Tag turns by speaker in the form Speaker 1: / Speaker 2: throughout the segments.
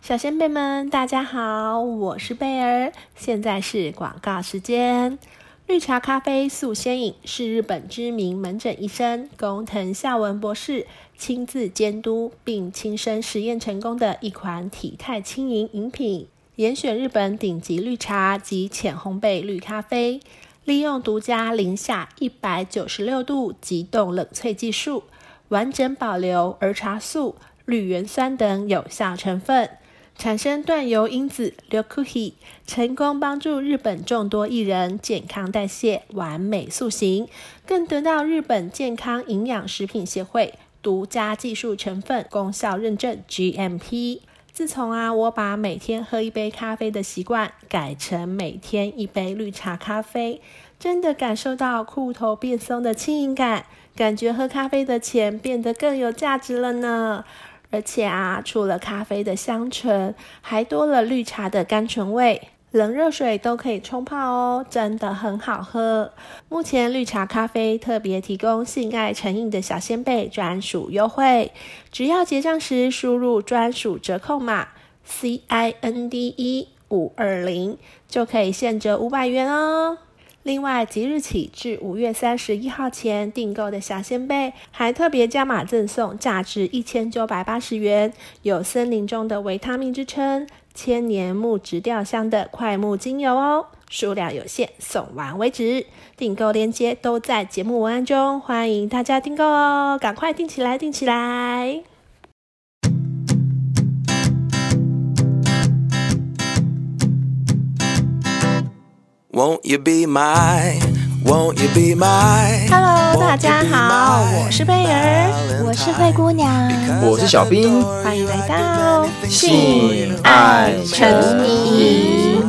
Speaker 1: 小先辈们，大家好，我是贝儿，现在是广告时间。绿茶咖啡素鲜饮是日本知名门诊医生工藤孝文博士亲自监督并亲身实验成功的一款体态轻盈饮品，严选日本顶级绿茶及浅烘焙绿咖啡，利用独家零下一百九十六度急冻冷萃技术，完整保留儿茶素、绿原酸等有效成分。产生断油因子 （leucohe），成功帮助日本众多艺人健康代谢、完美塑形，更得到日本健康营养食品协会独家技术成分功效认证 （GMP）。自从啊，我把每天喝一杯咖啡的习惯改成每天一杯绿茶咖啡，真的感受到裤头变松的轻盈感，感觉喝咖啡的钱变得更有价值了呢。而且啊，除了咖啡的香醇，还多了绿茶的甘醇味。冷热水都可以冲泡哦，真的很好喝。目前绿茶咖啡特别提供性爱成瘾的小先贝专属优惠，只要结账时输入专属折扣码 C I N D 一五二零，就可以现折五百元哦。另外，即日起至五月三十一号前订购的小鲜贝，还特别加码赠送价值一千九百八十元、有“森林中的维他命”之称、千年木质调香的快木精油哦，数量有限，送完为止。订购链接都在节目文案中，欢迎大家订购哦，赶快订起来，订起来！
Speaker 2: Won't you be my? Won't you be my?
Speaker 1: Hello，
Speaker 2: 大
Speaker 1: 大
Speaker 2: 家
Speaker 1: 家
Speaker 2: 好
Speaker 1: 好，，
Speaker 2: 我
Speaker 1: 我
Speaker 2: 是
Speaker 1: 是
Speaker 2: 贝
Speaker 1: 贝
Speaker 2: 儿
Speaker 1: 儿，，
Speaker 3: 我是灰姑娘，
Speaker 4: 我是小兵
Speaker 2: 欢迎来到
Speaker 4: 性爱成
Speaker 1: 瘾。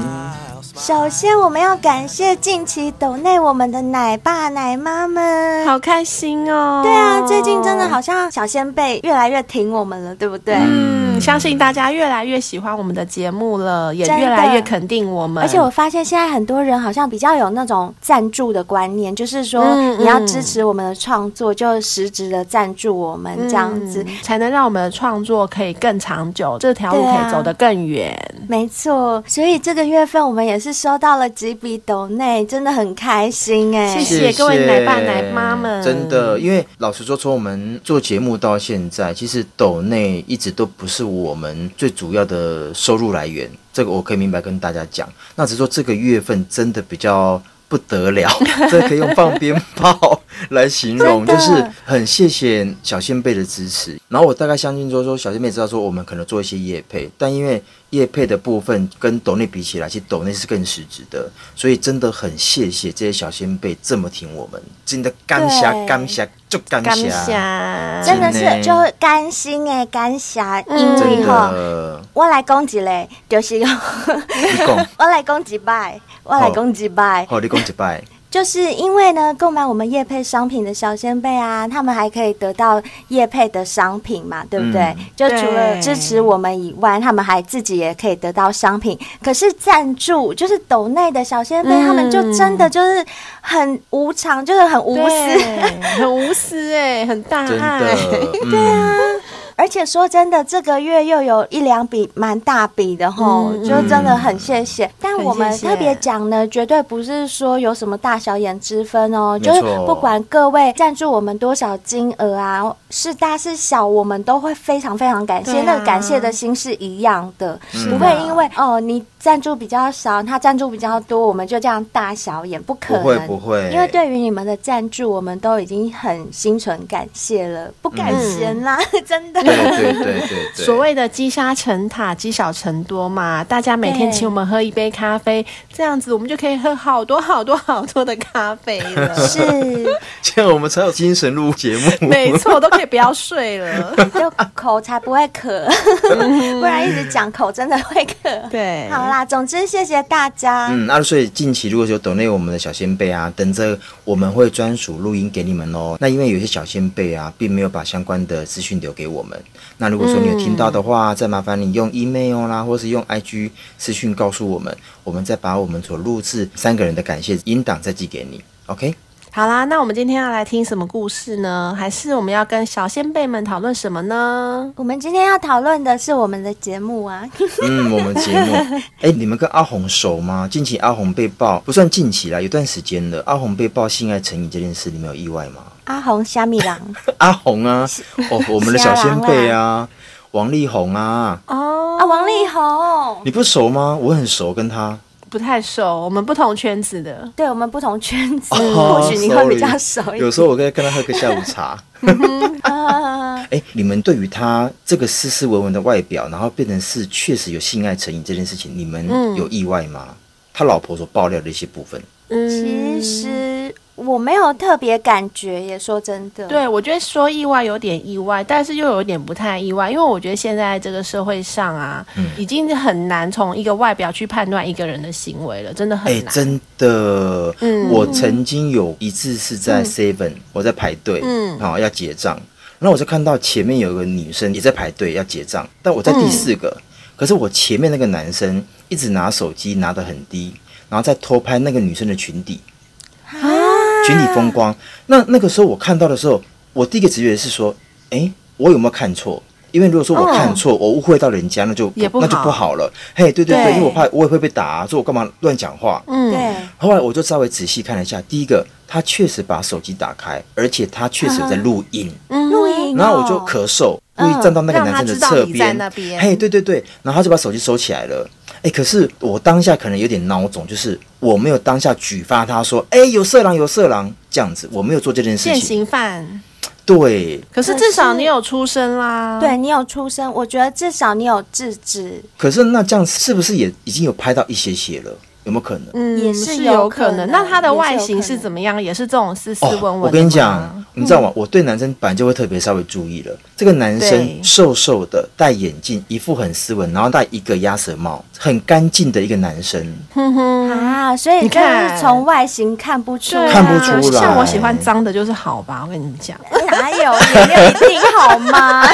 Speaker 3: 首先我们要感谢近期抖内我们的奶爸奶妈们。
Speaker 1: 好开心哦！
Speaker 3: 对啊，最近真的好像小先辈越来越挺我们了，对不对？
Speaker 1: 嗯，相信大家越来越喜欢我们的节目了，也
Speaker 3: 真的
Speaker 1: 越来越肯定我们。
Speaker 3: 而且我发现现在很多人好像比较有那种赞助的观念，就是说
Speaker 1: 嗯
Speaker 3: 你要
Speaker 1: 嗯
Speaker 3: 支持我们的创作，就实质的赞助我们
Speaker 1: 嗯
Speaker 3: 这样子。
Speaker 1: 才能让我们的创作可以更长久，这条路
Speaker 3: 对
Speaker 1: 可
Speaker 3: 啊
Speaker 1: 以走得更远。
Speaker 3: 没错，所以这个月份我们也是收到了几笔抖内，真的很开心哎、
Speaker 1: 谢谢各位奶爸奶妈们
Speaker 4: 真的，因为老实说，从我们做节目到现在，其实抖内一直都不是我们最主要的收入来源，这个我可以明白跟大家讲。那只是说这个月份真的比较。不得了， 这可以用放鞭炮来形容，
Speaker 3: 真
Speaker 4: 就
Speaker 3: 的
Speaker 4: 是很谢谢小先辈的支持。然后我大概相信说说小先辈知道说我们可能做一些业配，但因为业配的部分跟抖内比起来，其实抖内是更实质的，所以真的很谢谢这些小先辈这么挺我们，真的感谢
Speaker 3: 对
Speaker 4: 感谢就感
Speaker 1: 感
Speaker 4: 谢，啊
Speaker 1: 谢，
Speaker 3: 真的
Speaker 4: 真
Speaker 3: 是
Speaker 4: 的
Speaker 3: 就甘心哎、甘霞，
Speaker 1: 嗯
Speaker 3: 因为
Speaker 4: 真
Speaker 3: 哈，
Speaker 4: 的，
Speaker 3: 我来攻击嘞，就是用
Speaker 4: 你讲，
Speaker 3: 我来攻击拜，我来攻击拜，
Speaker 4: 好，你讲一拜，
Speaker 3: 就是因为呢，购买我们叶配商品的小先辈啊，他们还可以得到叶配的商品嘛，对不对？
Speaker 4: 嗯
Speaker 3: 就除了
Speaker 1: 对
Speaker 3: 支持我们以外，他们还自己也可以得到商品。可是赞助就是抖内的小先辈，
Speaker 1: 嗯
Speaker 3: 他们就真的就是很无偿，就是很无私。
Speaker 1: 对， 很无私哎、很大
Speaker 4: 真
Speaker 1: 爱。
Speaker 4: 的，嗯，
Speaker 3: 而且说真的，这个月又有一两笔蛮大笔的吼，
Speaker 1: 嗯
Speaker 3: 就真的很谢谢。
Speaker 4: 嗯
Speaker 3: 但我们
Speaker 1: 很谢谢
Speaker 3: 特别讲呢，绝对不是说有什么大小眼之分哦，
Speaker 4: 没
Speaker 3: 就
Speaker 4: 错
Speaker 3: 是不管各位赞助我们多少金额啊，是大是小，我们都会非常非常感谢。
Speaker 1: 对啊
Speaker 3: 那个感谢的心是一样的，
Speaker 4: 是
Speaker 3: 不
Speaker 4: 的
Speaker 3: 会因为哦你赞助比较少，他赞助比较多，我们就这样大小眼，不可
Speaker 4: 不
Speaker 3: 能。
Speaker 4: 会不会，
Speaker 3: 因为对于啊你们的赞助，我们都已经很心存感谢了，不敢嫌啦， 真的。
Speaker 4: 嗯对对对对对，
Speaker 1: 所谓的积沙成塔，积少成多嘛。大家每天
Speaker 3: 对
Speaker 1: 请我们喝一杯咖啡，这样子我们就可以喝好多好多好多的咖啡了。
Speaker 3: 是，
Speaker 4: 这样我们才有精神录节 目，
Speaker 1: 没错，都可以不要睡了。
Speaker 3: 就口才不会渴，不然一直讲口真的会渴。
Speaker 1: 对，
Speaker 3: 好啦，总之谢谢大家。
Speaker 4: 嗯，啊，所以近期如果有抖内我们的小先辈啊，等着我们会专属录音给你们哦。那因为有些小先辈啊，并没有把相关的资讯留给我们。那如果说你有听到的话，再麻烦你用 email 啦，或是用 IG 私讯告诉我们，我们再把我们所录制三个人的感谢音档再寄给你。OK，
Speaker 1: 好啦，那我们今天要来听什么故事呢？还是我们要跟小先辈们讨论什么呢？
Speaker 3: 我们今天要讨论的是我们的节目 啊，
Speaker 4: 嗯，我们节目， 哎，你们跟阿红熟吗？近期阿红被爆，不算近期啦，有段时间了。阿红被爆性爱成瘾这件事，你们有意外 吗？
Speaker 3: 阿红虾米 郎，
Speaker 4: 阿红啊，哦，我们的小先辈啊，王力宏啊，
Speaker 1: 哦
Speaker 3: 啊，王力宏。
Speaker 4: 你不熟吗？我很熟，跟他。
Speaker 1: 不太熟，我们不同圈子的。
Speaker 3: 对我们不同圈子，
Speaker 4: 哦
Speaker 3: 嗯或许你会比较
Speaker 4: sorry
Speaker 3: 熟一点。嗯
Speaker 4: 有时候我跟跟他喝个下午茶。
Speaker 3: 啊
Speaker 4: 哎，你们对于他这个斯斯文文的外表，然后变成是确实有性爱成瘾这件事情，你们
Speaker 3: 嗯
Speaker 4: 有意外吗？他老婆所爆料的一些部分，
Speaker 1: 嗯，
Speaker 3: 其实我没有特别感觉耶，说真的，，
Speaker 1: 对，我觉得说意外有点意外，但是又有点不太意外，因为我觉得现在这个社会上啊，
Speaker 4: 嗯
Speaker 1: 已经很难从一个外表去判断一个人的行为了，真的很
Speaker 4: 哎，
Speaker 1: 难。
Speaker 4: 真的，
Speaker 1: 嗯
Speaker 4: 我曾经有一次是在 Seven，、我在排队，
Speaker 1: 嗯
Speaker 4: 好、要结账，然后我就看到前面有个女生也在排队要结账，但我在第四个，
Speaker 1: 嗯
Speaker 4: 可是我前面那个男生一直拿手机拿得很低，然后再偷拍那个女生的裙底，
Speaker 1: 啊
Speaker 4: 群体风光。那那个时候我看到的时候，我第一个直觉是说，哎、我有没有看错？因为如果说我看错，我误会到人家，那就
Speaker 1: 哦也不
Speaker 4: 那就
Speaker 1: 好
Speaker 4: 不好了。嘿，对对对，
Speaker 3: 对
Speaker 4: 因为我怕我也会被打、啊，所以我干嘛乱讲话？
Speaker 1: 嗯，
Speaker 3: 对，
Speaker 4: 后来我就稍微仔细看了一下，第一个，他确实把手机打开，而且他确实有在录音，
Speaker 1: 嗯
Speaker 3: 录音、
Speaker 4: 然后我就，咳嗽，故意站到那个男生的
Speaker 1: 让他知
Speaker 4: 侧
Speaker 1: 道你在
Speaker 4: 边
Speaker 1: 那，边
Speaker 4: 嘿，对对对，然后他就把手机收起来了。哎，可是我当下可能有点孬种，就是我没有当下举发他说，哎，有色狼，有色狼这样子，我没有做这件事
Speaker 1: 现
Speaker 4: 情。
Speaker 1: 行犯。
Speaker 4: 对，
Speaker 1: 可是
Speaker 3: 可
Speaker 1: 至少
Speaker 3: 是
Speaker 1: 你有出声啦。
Speaker 3: 对你有出声，我觉得至少你有制止，
Speaker 4: 可是那这样是不是也已经有拍到一些些了？有没有可能？
Speaker 1: 嗯，
Speaker 3: 也是
Speaker 1: 是
Speaker 3: 有
Speaker 1: 有
Speaker 3: 可能
Speaker 1: 那他的
Speaker 3: 也是
Speaker 1: 外
Speaker 3: 有
Speaker 1: 形
Speaker 3: 可
Speaker 1: 是
Speaker 3: 能
Speaker 1: 怎么样？也是这种斯斯文文
Speaker 4: 哦
Speaker 1: 的，吗、
Speaker 4: 我跟你讲，你知道吗？我对男生本来就会特别稍微注意了。这个男
Speaker 1: 对
Speaker 4: 生瘦瘦的，戴眼镜，一副很斯文，然后戴一个鸭舌帽，很干净的一个男生。
Speaker 1: 哼哼，
Speaker 3: 啊，所以
Speaker 1: 你
Speaker 3: 真的
Speaker 1: 看
Speaker 3: 是从外形看不出
Speaker 1: 对啊
Speaker 4: 看不出来
Speaker 1: 像我喜欢脏的，就是好吧？我跟你们讲，
Speaker 3: 哎哪有也没有一定 好吗？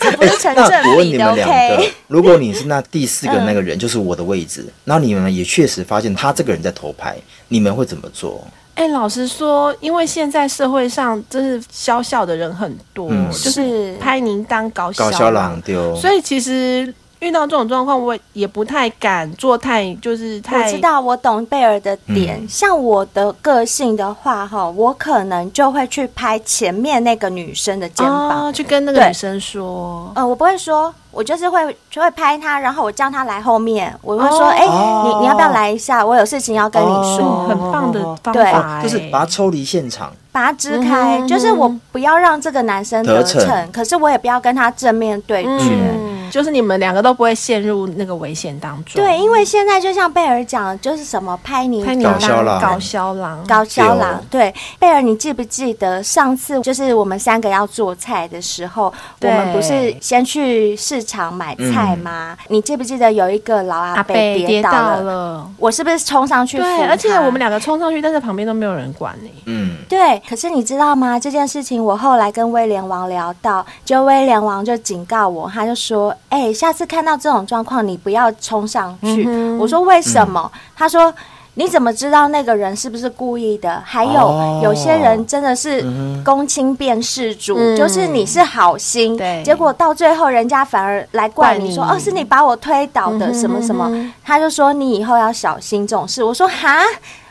Speaker 3: 这不是成
Speaker 4: 那
Speaker 3: 正
Speaker 4: 我问你
Speaker 3: 比的
Speaker 4: 们两个
Speaker 3: ，OK？，
Speaker 4: 如果你是那第四个那个人，就是我的位置，然后你们也确实发现他这个人在偷拍，你们会怎么做？
Speaker 1: 哎、老实说，因为现在社会上真是小小的人很多，
Speaker 4: 嗯
Speaker 1: 就是
Speaker 3: 是
Speaker 1: 拍您当搞
Speaker 4: 搞
Speaker 1: 小
Speaker 4: 小朗丢，
Speaker 1: 所以其实遇到这种状况，我也不太敢做太就是
Speaker 3: 我
Speaker 1: 太啊
Speaker 3: 知道，我懂贝尔的
Speaker 4: 嗯
Speaker 3: 点。像我的个性的话，哈，我可能就会去拍前面那个女生的肩膀。
Speaker 1: 哦，去跟那个
Speaker 3: 对
Speaker 1: 女生说，
Speaker 3: 呃，我不会说，我就是会就会拍她，然后我叫她来后面，我会说，
Speaker 1: 哦
Speaker 3: 哎、你你要不要来一下？我有事情要跟你说，
Speaker 4: 哦
Speaker 1: 很棒的方
Speaker 3: 对
Speaker 1: 法、哎
Speaker 4: 就是把他抽离现场。
Speaker 3: 把她支开，
Speaker 1: 嗯哼
Speaker 3: 就是我不要让这个男生得
Speaker 4: 得逞
Speaker 3: 逞，可是我也不要跟他正面对决。
Speaker 1: 嗯，就是你们两个都不会陷入那个危险当中。
Speaker 3: 对，因为现在就像贝尔讲的，就是什么拍你
Speaker 1: 拍你
Speaker 4: 搞笑
Speaker 1: 郎，
Speaker 4: 郎
Speaker 1: 搞笑郎，
Speaker 3: 高肖
Speaker 4: 有
Speaker 3: 郎，对，贝尔，你记不记得上次就是我们三个要做菜的时候，我
Speaker 1: 对
Speaker 3: 们不是先去市场买菜吗？你记不记得有一个老阿
Speaker 1: 阿
Speaker 3: 伯
Speaker 1: 贝跌
Speaker 3: 倒
Speaker 1: 倒了。
Speaker 3: 我是不是冲上去扶
Speaker 1: 对，而且
Speaker 3: 他
Speaker 1: 我们两个冲上去，但是旁边都没有人管你、
Speaker 4: 嗯，
Speaker 3: 对，可是你知道吗？这件事情我后来跟威廉王聊到，就威廉王就警告我，他就说：“哎、下次看到这种状况，你不要冲上去。
Speaker 1: 嗯哼
Speaker 3: 我说：“为什么？”他说。你怎么知道那个人是不是故意的？还有、
Speaker 4: 哦
Speaker 3: 有些人真的是公亲变事主，
Speaker 1: 嗯
Speaker 3: 就是你是好心，
Speaker 1: 对
Speaker 3: 结果到最后人家反而来怪你说
Speaker 1: 怪你
Speaker 3: 哦是你把我推倒的、
Speaker 1: 嗯哼
Speaker 3: 什么什么，
Speaker 1: 嗯哼
Speaker 3: 他就说你以后要小心这种事。我说哈，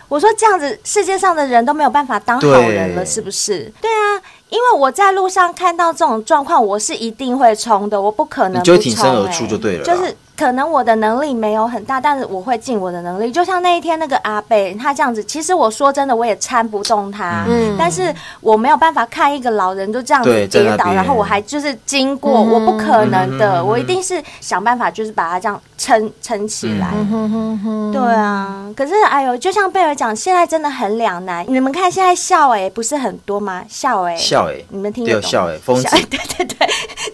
Speaker 3: 我说这样子世界上的人都没有办法当好人了，
Speaker 4: 对
Speaker 3: 是不是？对啊，因为我在路上看到这种状况，我是一定会冲的，我不可能
Speaker 4: 你
Speaker 3: 不
Speaker 4: 就
Speaker 3: 冲、
Speaker 4: 会
Speaker 3: 欸。
Speaker 4: 挺身而出就对了啦
Speaker 3: 就是可能我的能力没有很大，但是我会尽我的能力。就像那一天那个阿贝，他这样子，其实我说真的，我也搀不动他，
Speaker 1: 嗯
Speaker 3: 但是我没有办法看一个老人就这样子
Speaker 4: 对在那
Speaker 3: 跌倒，
Speaker 4: 边
Speaker 3: 然后我还就是经过，
Speaker 1: 嗯
Speaker 3: 我不可能的，
Speaker 4: 嗯
Speaker 3: 我一定是想办法就是把他这样撑撑起
Speaker 4: 嗯
Speaker 3: 来。
Speaker 1: 哼哼哼
Speaker 3: 对啊，可是哎呦，就像贝尔讲，现在真的很两难。你们看现在笑哎、不是很多吗？笑哎、
Speaker 4: 笑哎、
Speaker 3: 你们听得
Speaker 4: 对，
Speaker 3: 懂？
Speaker 4: 笑哎、疯子嗯
Speaker 3: 笑对对对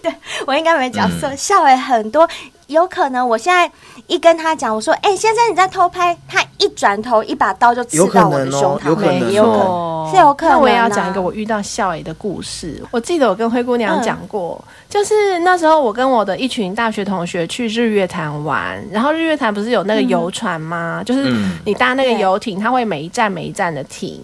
Speaker 3: 对，我应该没讲错。笑哎、很多，有可能我现在一跟他讲，我说：“哎、先生你在偷拍。”他一转头，一把刀就刺
Speaker 4: 有可
Speaker 3: 到我的
Speaker 4: 能哦
Speaker 3: 胸
Speaker 4: 有
Speaker 3: 膛
Speaker 4: 可能
Speaker 3: 内，
Speaker 4: 哦
Speaker 3: 也
Speaker 1: 没
Speaker 3: 有可能。
Speaker 1: 错，
Speaker 3: 是有可能啊
Speaker 1: 那我也要讲一个我遇到校友的故事。我记得我跟灰姑娘讲过，
Speaker 3: 嗯
Speaker 1: 就是那时候我跟我的一群大学同学去日月潭玩，然后日月潭不是有那个游船吗？就是
Speaker 4: 嗯
Speaker 1: 你搭那个
Speaker 3: 嗯对
Speaker 1: 游艇，它会每一站每一站的停。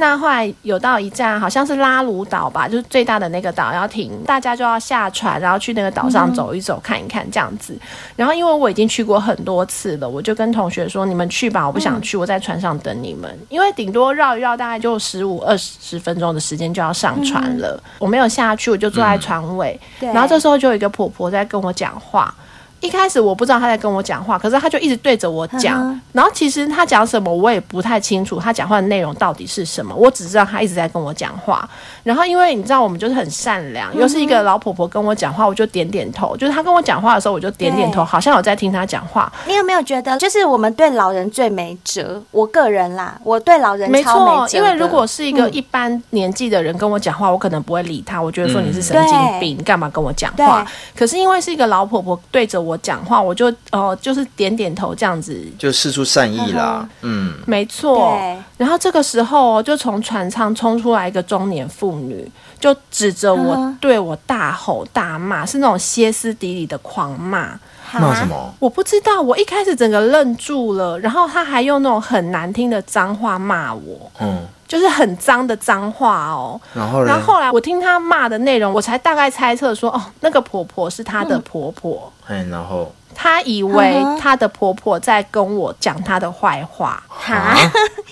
Speaker 1: 那后来有到一站，好像是拉鲁岛吧，就是最大的那个岛要停，大家就要下船，然后去那个岛上走一走、看一看这样子。然后因为我已经去过很多次了，我就跟同学说：“你们去吧，我不想去，我在船上等你们。因为顶多绕一绕，大概就十五二十分钟的时间就要上船了。我没有下去，我就坐在船尾。
Speaker 3: 对
Speaker 1: 然后这时候就有一个婆婆在跟我讲话。一开始我不知道她在跟我讲话，可是她就一直对着我讲。
Speaker 3: 嗯哼
Speaker 1: 然后其实她讲什么我也不太清楚，她讲话的内容到底是什么，我只知道她一直在跟我讲话。然后因为你知道我们就是很善
Speaker 3: 嗯
Speaker 1: 良，又是一个老婆婆跟我讲话，我就点点头，就是她跟我讲话的时候我就点点头，
Speaker 3: 对
Speaker 1: 好像有在听她讲话。
Speaker 3: 你有没有觉得，就是我们对老人最没辙？我个人啦，我对老人
Speaker 1: 没
Speaker 3: 超没
Speaker 1: 错，
Speaker 3: 辙的。嗯
Speaker 1: 因为如果是一个一般年纪的人跟我讲话，我可能不会理他，我觉得说你是神经病，干嘛跟我讲话？可是因为是一个老婆婆对着我讲话，我就呃就是点点头这样子，
Speaker 4: 就试出善意啦，嗯，
Speaker 1: 没错。
Speaker 3: 对，
Speaker 1: 然后这个时候哦就从船舱冲出来一个中年妇女，就指着我、
Speaker 3: 嗯哼
Speaker 1: 对我大吼大骂，是那种歇斯底里的狂骂。
Speaker 4: 骂什么？
Speaker 1: 我不知道，我一开始整个愣住了，然后她还用那种很难听的脏话骂我，
Speaker 4: 嗯，
Speaker 1: 就是很脏的脏话哦。
Speaker 4: 然后呢？
Speaker 1: 然后后来我听她骂的内容，我才大概猜测说，哦，那个婆婆是她的婆婆，
Speaker 4: 哎，然后
Speaker 1: 她以为
Speaker 3: 嗯哼
Speaker 1: 她的婆婆在跟我讲她的坏话。
Speaker 4: 啊，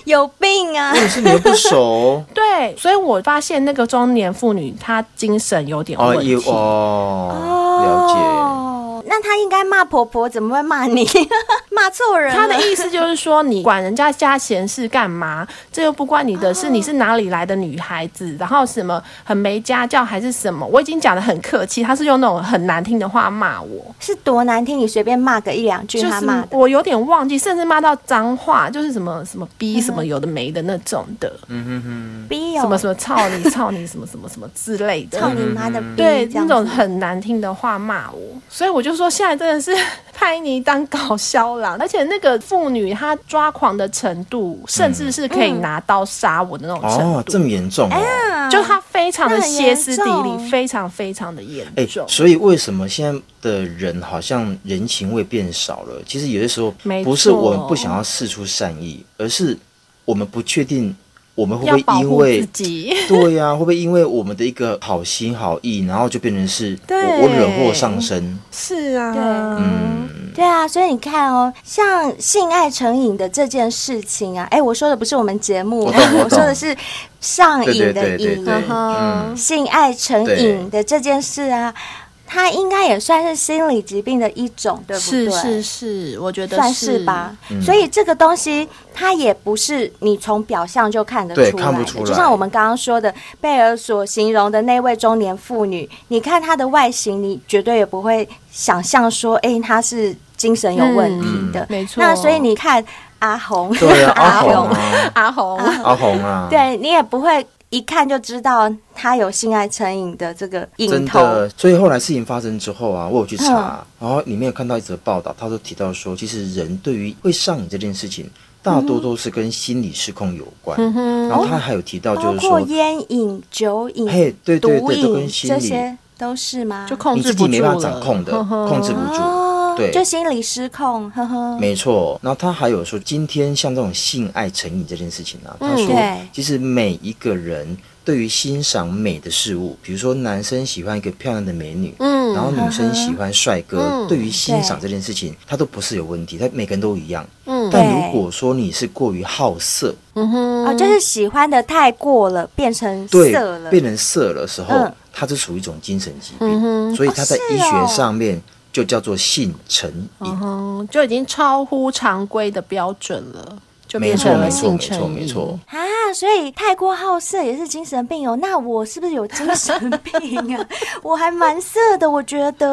Speaker 3: 有病啊！
Speaker 4: 可是你又不熟
Speaker 1: 对，所以我发现那个中年妇女她精神有点
Speaker 4: 哦，
Speaker 1: 问题。
Speaker 4: 也哦，了解。
Speaker 3: 哦，那她应该骂婆婆，怎么会骂你？ 骂错人了。
Speaker 1: 她的意思就是说，你管人家家闲事干嘛？这又不关你的
Speaker 3: 哦
Speaker 1: 事。你是哪里来的女孩子？然后什么很没家教还是什么？我已经讲的很客气，她是用那种很难听的话骂我。
Speaker 3: 是多难听，你随便骂个一两句，
Speaker 1: 就
Speaker 3: 她
Speaker 1: 是
Speaker 3: 骂的。
Speaker 1: 我有点忘记，甚至骂到脏话，就是什么什么逼
Speaker 3: 嗯
Speaker 1: 什么有的没的那种的，
Speaker 3: 逼
Speaker 1: 什么什
Speaker 3: 么，
Speaker 1: 么操你操你什么什么什么之类
Speaker 3: 操
Speaker 1: 的。
Speaker 3: 你妈的逼！
Speaker 1: 嗯对，
Speaker 3: 这
Speaker 1: 那
Speaker 3: 样
Speaker 1: 种
Speaker 3: 子
Speaker 1: 很难听的话骂我，所以我就说现在真的是 拍你当搞笑郎，而且那个妇女她抓狂的程度，甚至是可以拿刀杀我的那种
Speaker 4: 嗯
Speaker 1: 程，
Speaker 4: 哦这
Speaker 1: 度，
Speaker 4: 么严
Speaker 1: 哎
Speaker 4: 重哦。
Speaker 1: 就她非常的
Speaker 3: 那很
Speaker 1: 歇斯底
Speaker 3: 严
Speaker 1: 里，
Speaker 3: 重
Speaker 1: 非常非常的严
Speaker 4: 哎、
Speaker 1: 重。
Speaker 4: 所以为什么现在的人好像人情味变少了？其实有些时候
Speaker 1: 没
Speaker 4: 不是我们
Speaker 1: 错
Speaker 4: 不想要试出善意，而是我们不确定我们会
Speaker 1: 要
Speaker 4: 不
Speaker 1: 保
Speaker 4: 会因
Speaker 1: 护自
Speaker 4: 为
Speaker 1: 己，
Speaker 4: 对呀、会不会因为我们的一个好心好意，然后就变成是我
Speaker 1: 对
Speaker 4: 我惹祸上身？
Speaker 1: 是啊，
Speaker 3: 对
Speaker 4: 嗯，
Speaker 3: 对啊，所以你看哦，像性爱成瘾的这件事情啊，哎，我说的不是我们节目，啊
Speaker 4: 我懂我懂
Speaker 3: 说的是上
Speaker 4: 对对
Speaker 3: 瘾
Speaker 4: 对
Speaker 3: 的
Speaker 4: 对
Speaker 3: 瘾，
Speaker 4: 对，
Speaker 1: 哼
Speaker 4: 嗯，
Speaker 3: 性爱成瘾的这件事啊，它应该也算是心理疾病的一种，对不
Speaker 1: 是
Speaker 3: 对？
Speaker 1: 是是，我觉得
Speaker 3: 算是吧。
Speaker 4: 嗯
Speaker 3: 所以这个东西它也不是你从表象就看得出来的，
Speaker 4: 对看不出来
Speaker 3: 就像我们刚刚说的，贝尔所形容的那位中年妇女，你看她的外形，你绝对也不会想象说，哎、她是精神有问题的。
Speaker 1: 嗯没错
Speaker 3: 那所以你看阿红，
Speaker 4: 对啊，阿
Speaker 3: 阿
Speaker 4: 红
Speaker 3: 红，
Speaker 4: 啊，
Speaker 1: 阿红，
Speaker 4: 阿红啊，，
Speaker 3: 对你也不会。一看就知道她有性爱成瘾的这个
Speaker 4: 真
Speaker 3: 瘾头，嗯
Speaker 4: 的。所以后来事情发生之后啊，我有去查，然后里面有看到一则报道，他都提到说，其实人对于会上瘾这件事情，大多都是跟心理失控有关。
Speaker 1: 嗯
Speaker 4: 然后他还有提到，
Speaker 3: 嗯包
Speaker 4: 就是
Speaker 3: 括
Speaker 4: 说，
Speaker 3: 烟瘾、酒瘾、
Speaker 4: 嘿，对对
Speaker 3: 毒
Speaker 4: 对，都跟
Speaker 3: 瘾
Speaker 4: 心
Speaker 3: 这
Speaker 4: 理
Speaker 3: 些都是吗？
Speaker 1: 就控
Speaker 4: 你
Speaker 1: 制
Speaker 4: 自
Speaker 1: 不住
Speaker 4: 己没
Speaker 1: 了，
Speaker 4: 办法掌控的，
Speaker 1: 呵呵
Speaker 4: 控制不住。
Speaker 3: 嗯哦，
Speaker 4: 对
Speaker 3: 就心理失控，呵呵。
Speaker 4: 没错，然后他还有说，今天像这种性爱成瘾这件事情啊，他说
Speaker 3: 嗯对，
Speaker 4: 其实每一个人对于欣赏美的事物，比如说男生喜欢一个漂亮的美女，
Speaker 1: 嗯
Speaker 4: 然后女生喜欢帅哥，
Speaker 1: 嗯
Speaker 4: 对于欣赏这件事情，他都不是有问题，他每个人都一样。
Speaker 1: 嗯
Speaker 4: 但如果说你是过于好色，
Speaker 1: 嗯哼，
Speaker 4: 啊
Speaker 3: 哦，就是喜欢的太过了，变成
Speaker 4: 对
Speaker 3: 色，了。
Speaker 4: 变成色了时候
Speaker 3: 嗯，
Speaker 4: 它是属于一种精神疾
Speaker 1: 嗯
Speaker 4: 病，
Speaker 1: 哼
Speaker 4: 所以它在
Speaker 3: 哦是
Speaker 4: 医学
Speaker 3: 哦
Speaker 4: 上面就叫做性成瘾。
Speaker 1: 嗯，就已经超乎常规的标准了，就
Speaker 4: 没
Speaker 1: 变
Speaker 4: 错，
Speaker 1: 成
Speaker 4: 没
Speaker 1: 了
Speaker 4: 错，
Speaker 1: 性
Speaker 4: 没
Speaker 1: 成
Speaker 4: 错，
Speaker 1: 瘾
Speaker 4: 没错。。
Speaker 3: 啊，所以太过好色也是精神病哦。那我是不是有精神病 啊？我还蛮色的，我觉得。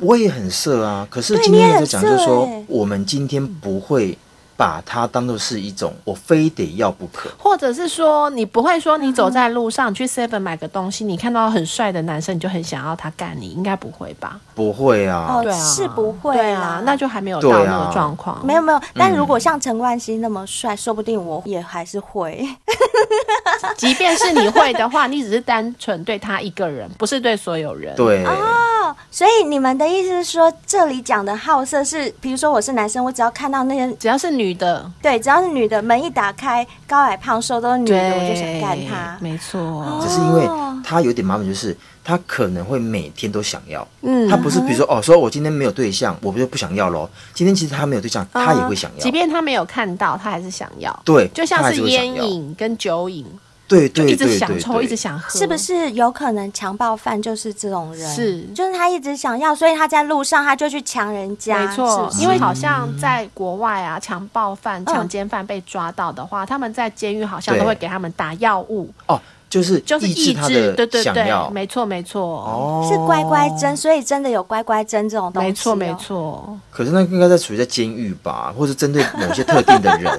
Speaker 4: 我也很色啊，可是
Speaker 3: 对
Speaker 4: 今天
Speaker 3: 你也
Speaker 4: 在
Speaker 3: 很
Speaker 4: 讲就是
Speaker 3: 色
Speaker 4: 说
Speaker 3: 欸，
Speaker 4: 我们今天不会把它当做是一种我非得要不可。
Speaker 1: 或者是说，你不会说你走在路上、你去 Seven 买个东西，你看到很帅的男生，你就很想要他干你，应该不会吧？
Speaker 4: 不会啊，
Speaker 3: 哦
Speaker 1: 对，啊
Speaker 3: 是不会
Speaker 1: 对
Speaker 3: 啦
Speaker 1: 啊，那就还没有到
Speaker 4: 对啊
Speaker 1: 那个状况。
Speaker 3: 没有没
Speaker 4: 嗯
Speaker 3: 有，但如果像陈冠希那么帅，说不定我也还是会。
Speaker 1: 即便是你会的话，你只是单纯对他一个人，不是对所有人。
Speaker 4: 对，
Speaker 3: 啊所以你们的意思是说，这里讲的好色是，比如说我是男生，我只要看到那些
Speaker 1: 只要是女的，
Speaker 3: 对，只要是女的，门一打开，高矮胖瘦都是女的，
Speaker 1: 对，
Speaker 3: 我就想干她。
Speaker 1: 没错。
Speaker 4: 只是因为
Speaker 3: 哦
Speaker 4: 他有点麻烦，就是他可能会每天都想要。
Speaker 1: 嗯
Speaker 4: 他不是比如说哦，说我今天没有对象，我不就不想要咯。今天其实他没有对象，他也会想要
Speaker 1: 哦即。便他没有看到，他还是想要。
Speaker 4: 对
Speaker 1: 就像
Speaker 4: 他还
Speaker 1: 是
Speaker 4: 是会想
Speaker 1: 烟
Speaker 4: 要
Speaker 1: 瘾跟酒瘾，
Speaker 4: 对
Speaker 1: 就
Speaker 4: 对
Speaker 1: 一
Speaker 4: 对
Speaker 1: 直
Speaker 4: 对
Speaker 1: 想抽，
Speaker 4: 对，
Speaker 1: 一直想喝，
Speaker 3: 是不？是有可能强暴犯就是这种人？
Speaker 1: 是
Speaker 3: 就是他一直想要，所以他在路上他就去强人家。
Speaker 1: 没错，
Speaker 3: 啊是不是
Speaker 1: 因为好像在国外啊，强暴犯、
Speaker 3: 嗯
Speaker 1: 强奸犯被抓到的话，他们在监狱好像
Speaker 4: 对
Speaker 1: 都会给他们打药物，
Speaker 4: 哦，就是
Speaker 1: 就是
Speaker 4: 抑制
Speaker 1: 抑
Speaker 4: 他
Speaker 1: 制，对
Speaker 4: 的
Speaker 1: 对
Speaker 4: 想
Speaker 1: 对，
Speaker 4: 要。
Speaker 1: 没错没错，
Speaker 4: 哦，
Speaker 3: 是乖乖针，所以真的有乖乖针这种东西、哦
Speaker 1: 没错没。错，
Speaker 4: 可是那应该在处于在监狱吧，或者针对某些特定的 人。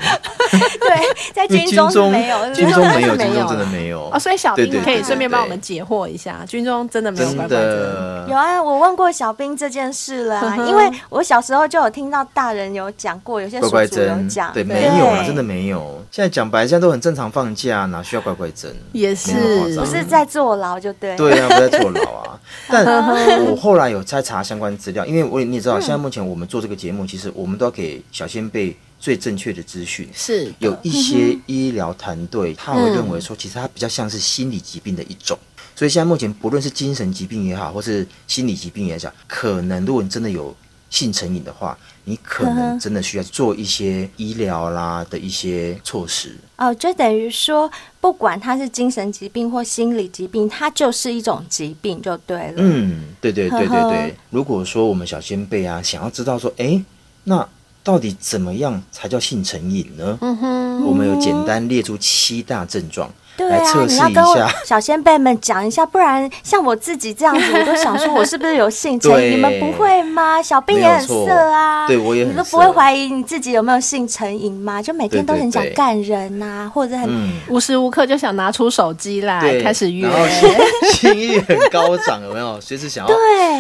Speaker 3: 对，在
Speaker 4: 因
Speaker 3: 军
Speaker 4: 为军
Speaker 3: 中是
Speaker 4: 中
Speaker 3: 没有，
Speaker 4: 军中 没有，
Speaker 1: 没有
Speaker 4: 军中真的
Speaker 1: 啦
Speaker 4: 没有。
Speaker 1: 哦，所以小
Speaker 4: 对
Speaker 1: 兵
Speaker 4: 对
Speaker 1: 可以
Speaker 4: 对
Speaker 1: 顺便
Speaker 4: 对
Speaker 1: 帮我
Speaker 4: 对
Speaker 1: 们解惑一下，军中真的没有
Speaker 4: 真
Speaker 1: 乖乖针，
Speaker 4: 的
Speaker 3: 有啊，我问过小兵这件事了、 啊，因为我小时候就有听到大人有讲过，有些叔
Speaker 4: 乖乖
Speaker 3: 叔
Speaker 4: 针
Speaker 3: 有讲，，
Speaker 4: 对，没有啦，
Speaker 3: 对
Speaker 4: 真的没有。现在讲白，现在都很正常放假，哪需要乖乖 针？
Speaker 1: 也是
Speaker 4: 没那么夸
Speaker 3: 不
Speaker 4: 张
Speaker 3: 是在坐牢就对。
Speaker 4: 对啊，不在坐牢 啊。但我后来有在查相关资料，因为我也你也
Speaker 3: 嗯
Speaker 4: 知道，现在目前我们做这个节目，其实我们都要给小先辈最正确的资讯。
Speaker 1: 是的
Speaker 4: 有一
Speaker 3: 嗯
Speaker 4: 些医疗团队，他会认为说，其实它比较像是心理疾病的一种。所以现在目前，不论是精神疾病也好，或是心理疾病也好，可能如果你真的有性成瘾的话，你可能真的需要做一些医疗啦的一些措施。
Speaker 3: 哦，就等于说，不管他是精神疾病或心理疾病，它就是一种疾病就对了。
Speaker 4: 嗯，对对对对
Speaker 3: 呵呵
Speaker 4: 对。如果说我们小先辈啊，想要知道说，诶，那到底怎么样才叫性成瘾呢？
Speaker 1: 嗯哼，
Speaker 4: 我们有简单列出七大症状。
Speaker 3: 对
Speaker 4: 来
Speaker 3: 啊，
Speaker 4: 测
Speaker 3: 你
Speaker 4: 试
Speaker 3: 要
Speaker 4: 一
Speaker 3: 跟我
Speaker 4: 下，
Speaker 3: 小先辈们讲一下，不然像我自己这样子，我都想说我是不是有性成瘾？
Speaker 4: 对
Speaker 3: 你们不会吗？小兵
Speaker 4: 没
Speaker 3: 也
Speaker 4: 有
Speaker 3: 很
Speaker 4: 错
Speaker 3: 色啊，
Speaker 4: 对我也很
Speaker 3: 你都不会
Speaker 4: 色
Speaker 3: 怀疑你自己有没有性成瘾吗？就每天
Speaker 4: 对
Speaker 3: 都
Speaker 4: 对
Speaker 3: 很想
Speaker 4: 对
Speaker 3: 干人呐、或者很、
Speaker 4: 嗯，
Speaker 1: 无时无刻就想拿出手机来
Speaker 4: 对，
Speaker 1: 开始约
Speaker 4: 然，后心 心意很高涨，有没有？随时想要，
Speaker 3: 对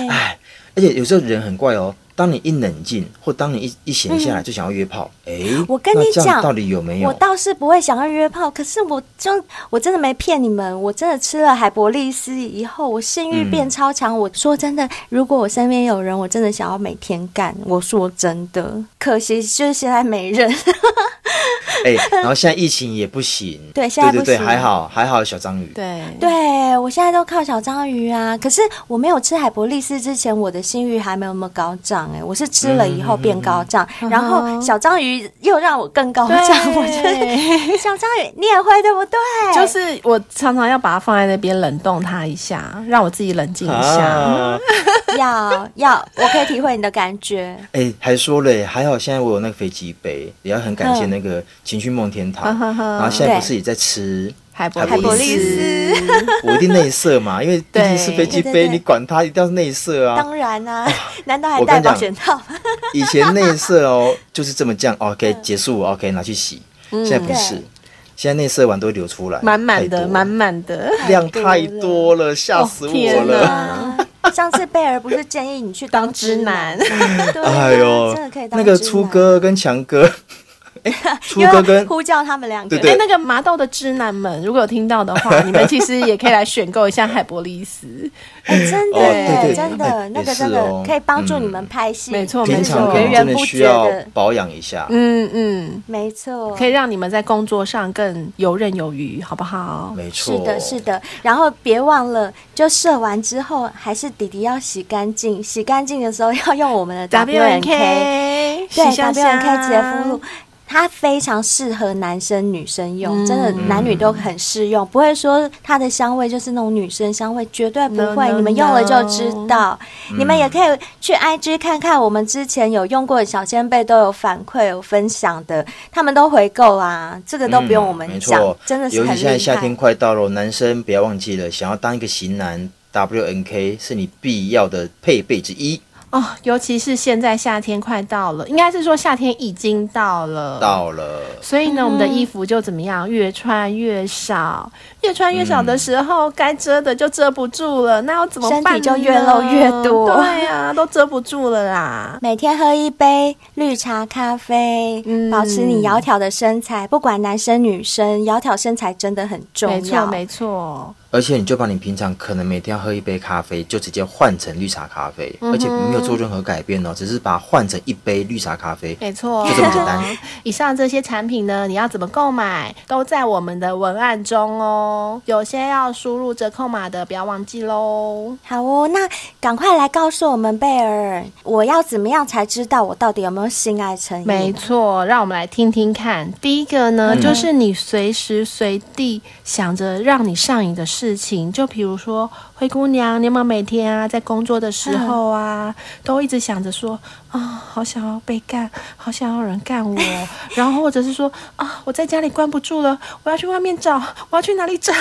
Speaker 4: 哎，而且有时候人很怪哦。当你一冷静，或当你一一闲下来，就想要约炮，哎、
Speaker 3: 我跟你
Speaker 4: 那这样
Speaker 3: 讲
Speaker 4: 到底有没
Speaker 3: 我
Speaker 4: 有？
Speaker 3: 倒是不会想要约炮，可是我真我真的没骗你们，我真的吃了海博利斯以后，我性欲变超强。我说真的，如果我身边有人，我真的想要每天干。我说真的，可惜就是现在没 人。
Speaker 4: 哎、然后现在疫情也不行，
Speaker 3: 对现在
Speaker 4: 对
Speaker 3: 不
Speaker 4: 对对，
Speaker 3: 行
Speaker 4: 还好还好，有小章鱼，
Speaker 1: 对
Speaker 3: 对我现在都靠小章鱼啊，可是我没有吃海博利斯之前，我的性欲还没有那么高涨哎、我是吃了以后变高涨，
Speaker 4: 嗯
Speaker 3: 然后小章鱼又让我更高涨，我就是小章鱼你也会对不对？
Speaker 1: 就是我常常要把它放在那边冷冻它一下，让我自己冷静一下。
Speaker 4: 啊，
Speaker 3: 要要，我可以体会你的感觉。
Speaker 4: 哎、还说嘞，还好现在我有那个飞机杯，也要很感谢那个情趣梦天堂。
Speaker 1: 嗯
Speaker 4: 然后现在
Speaker 3: 对
Speaker 4: 不是也在吃
Speaker 1: 海博
Speaker 4: 海博
Speaker 1: 利
Speaker 4: 利
Speaker 1: 斯
Speaker 4: 斯，我一定内射嘛，因为毕竟是飞机
Speaker 3: 对对
Speaker 4: 杯，
Speaker 3: 对
Speaker 4: 你管它一定要是内射啊。
Speaker 3: 当然啦、 难道还
Speaker 4: 我
Speaker 3: 带
Speaker 4: 跟你
Speaker 3: 保
Speaker 4: 讲
Speaker 3: 险套？
Speaker 4: 以前内射哦，就是这么这样，OK，结束，OK，拿去洗。现在不是
Speaker 3: 嗯对，
Speaker 4: 现在内射完都会流出来，
Speaker 1: 满满的，
Speaker 4: 太多
Speaker 1: 满满 的。
Speaker 4: 量太多了，吓死我
Speaker 1: 天
Speaker 3: 哦
Speaker 4: 了。
Speaker 1: 哪！
Speaker 3: 啊上次贝尔不是建议你去
Speaker 1: 当直
Speaker 3: 直
Speaker 1: 男，
Speaker 3: 对啊
Speaker 4: 哎呦
Speaker 3: 真的可以，当
Speaker 4: 那个
Speaker 3: 直
Speaker 4: 初
Speaker 3: 男，
Speaker 4: 哥跟强 哥，哎，初
Speaker 3: 又
Speaker 4: 哥
Speaker 3: 要
Speaker 4: 跟
Speaker 3: 呼叫他们两个，
Speaker 4: 对对
Speaker 1: 哎，那个麻豆的直男们，如果有听到的 话，你们其实也可以来选购一下海博利斯。
Speaker 3: 哎真的
Speaker 4: 哦
Speaker 3: 耶、
Speaker 4: 对对
Speaker 3: 真的、
Speaker 4: 哎
Speaker 3: 那个
Speaker 4: 也是
Speaker 3: 真的、
Speaker 4: 哦
Speaker 3: 可以帮助你们拍戏，
Speaker 1: 没错
Speaker 4: 平常可
Speaker 3: 源
Speaker 4: 能
Speaker 3: 源
Speaker 4: 真的
Speaker 3: 不
Speaker 4: 需
Speaker 3: 绝
Speaker 4: 要
Speaker 3: 的，
Speaker 4: 保养一下。
Speaker 1: 嗯嗯，
Speaker 3: 没错，
Speaker 1: 可以让你们在工作上更游刃有余，好不好？
Speaker 4: 没错，
Speaker 3: 是的，是的。然后别忘了，就射完之后，还是弟弟要洗干净。洗干净的时候要用我们的 WNK，
Speaker 1: K，
Speaker 3: 对
Speaker 1: 洗香香
Speaker 3: WNK 洁肤露。它非常适合男生女生用，真的
Speaker 4: 嗯
Speaker 3: 男女都很适用，不会说它的香味就是那种女生香味，绝对不
Speaker 1: No,
Speaker 3: 会。
Speaker 1: no,
Speaker 3: 你们用了就知道。你们
Speaker 4: 嗯
Speaker 3: 也可以去 IG 看看，我们之前有用过的小先辈都有反馈有分享的，他们都回购啊，这个都不用我们
Speaker 4: 嗯没
Speaker 3: 讲，
Speaker 4: 错，
Speaker 3: 真的是
Speaker 4: 尤
Speaker 3: 很厉
Speaker 4: 其现
Speaker 3: 害。
Speaker 4: 在夏天快到了，男生不要忘记了，想要当一个型男，WNK 是你必要的配备之一。
Speaker 1: 哦，尤其是现在夏天快到了，应该是说夏天已经到了，
Speaker 4: 到了，
Speaker 1: 所以呢，我们的衣服就怎么样，越穿越少，越穿越少的时候，该遮的就遮不住了，那要怎么办呢？
Speaker 3: 身体就越露越多
Speaker 1: 对呀、都遮不住了啦。
Speaker 3: 每天喝一杯绿茶咖啡，
Speaker 1: 嗯
Speaker 3: 保持你窈窕的身材，不管男生女生，窈窕身材真的很重
Speaker 1: 没错，
Speaker 3: 要。
Speaker 1: 没错，
Speaker 4: 而且你就把你平常可能每天要喝一杯咖啡，就直接换成绿茶咖啡，
Speaker 3: 嗯
Speaker 4: 而且没有做任何改变哦，只是把它换成一杯绿茶咖啡。
Speaker 1: 没错，
Speaker 4: 就这么简单。
Speaker 1: 以上这些产品呢，你要怎么购买，都在我们的文案中哦。有些要输入折扣码的，不要忘记喽。
Speaker 3: 好哦，那赶快来告诉我们贝尔，我要怎么样才知道我到底有没有性爱成瘾？啊
Speaker 1: 没错，让我们来听听看。第一个
Speaker 3: 嗯
Speaker 1: 呢，就是你随时随地想着让你上瘾的事情，就比如说灰姑娘，你有没有每天啊，在工作的时候啊，
Speaker 3: 嗯
Speaker 1: 都一直想着说啊、好想要被干，好想要有人干我， 然后或者是说啊，我在家里关不住了，我要去外面找，我要去哪里找？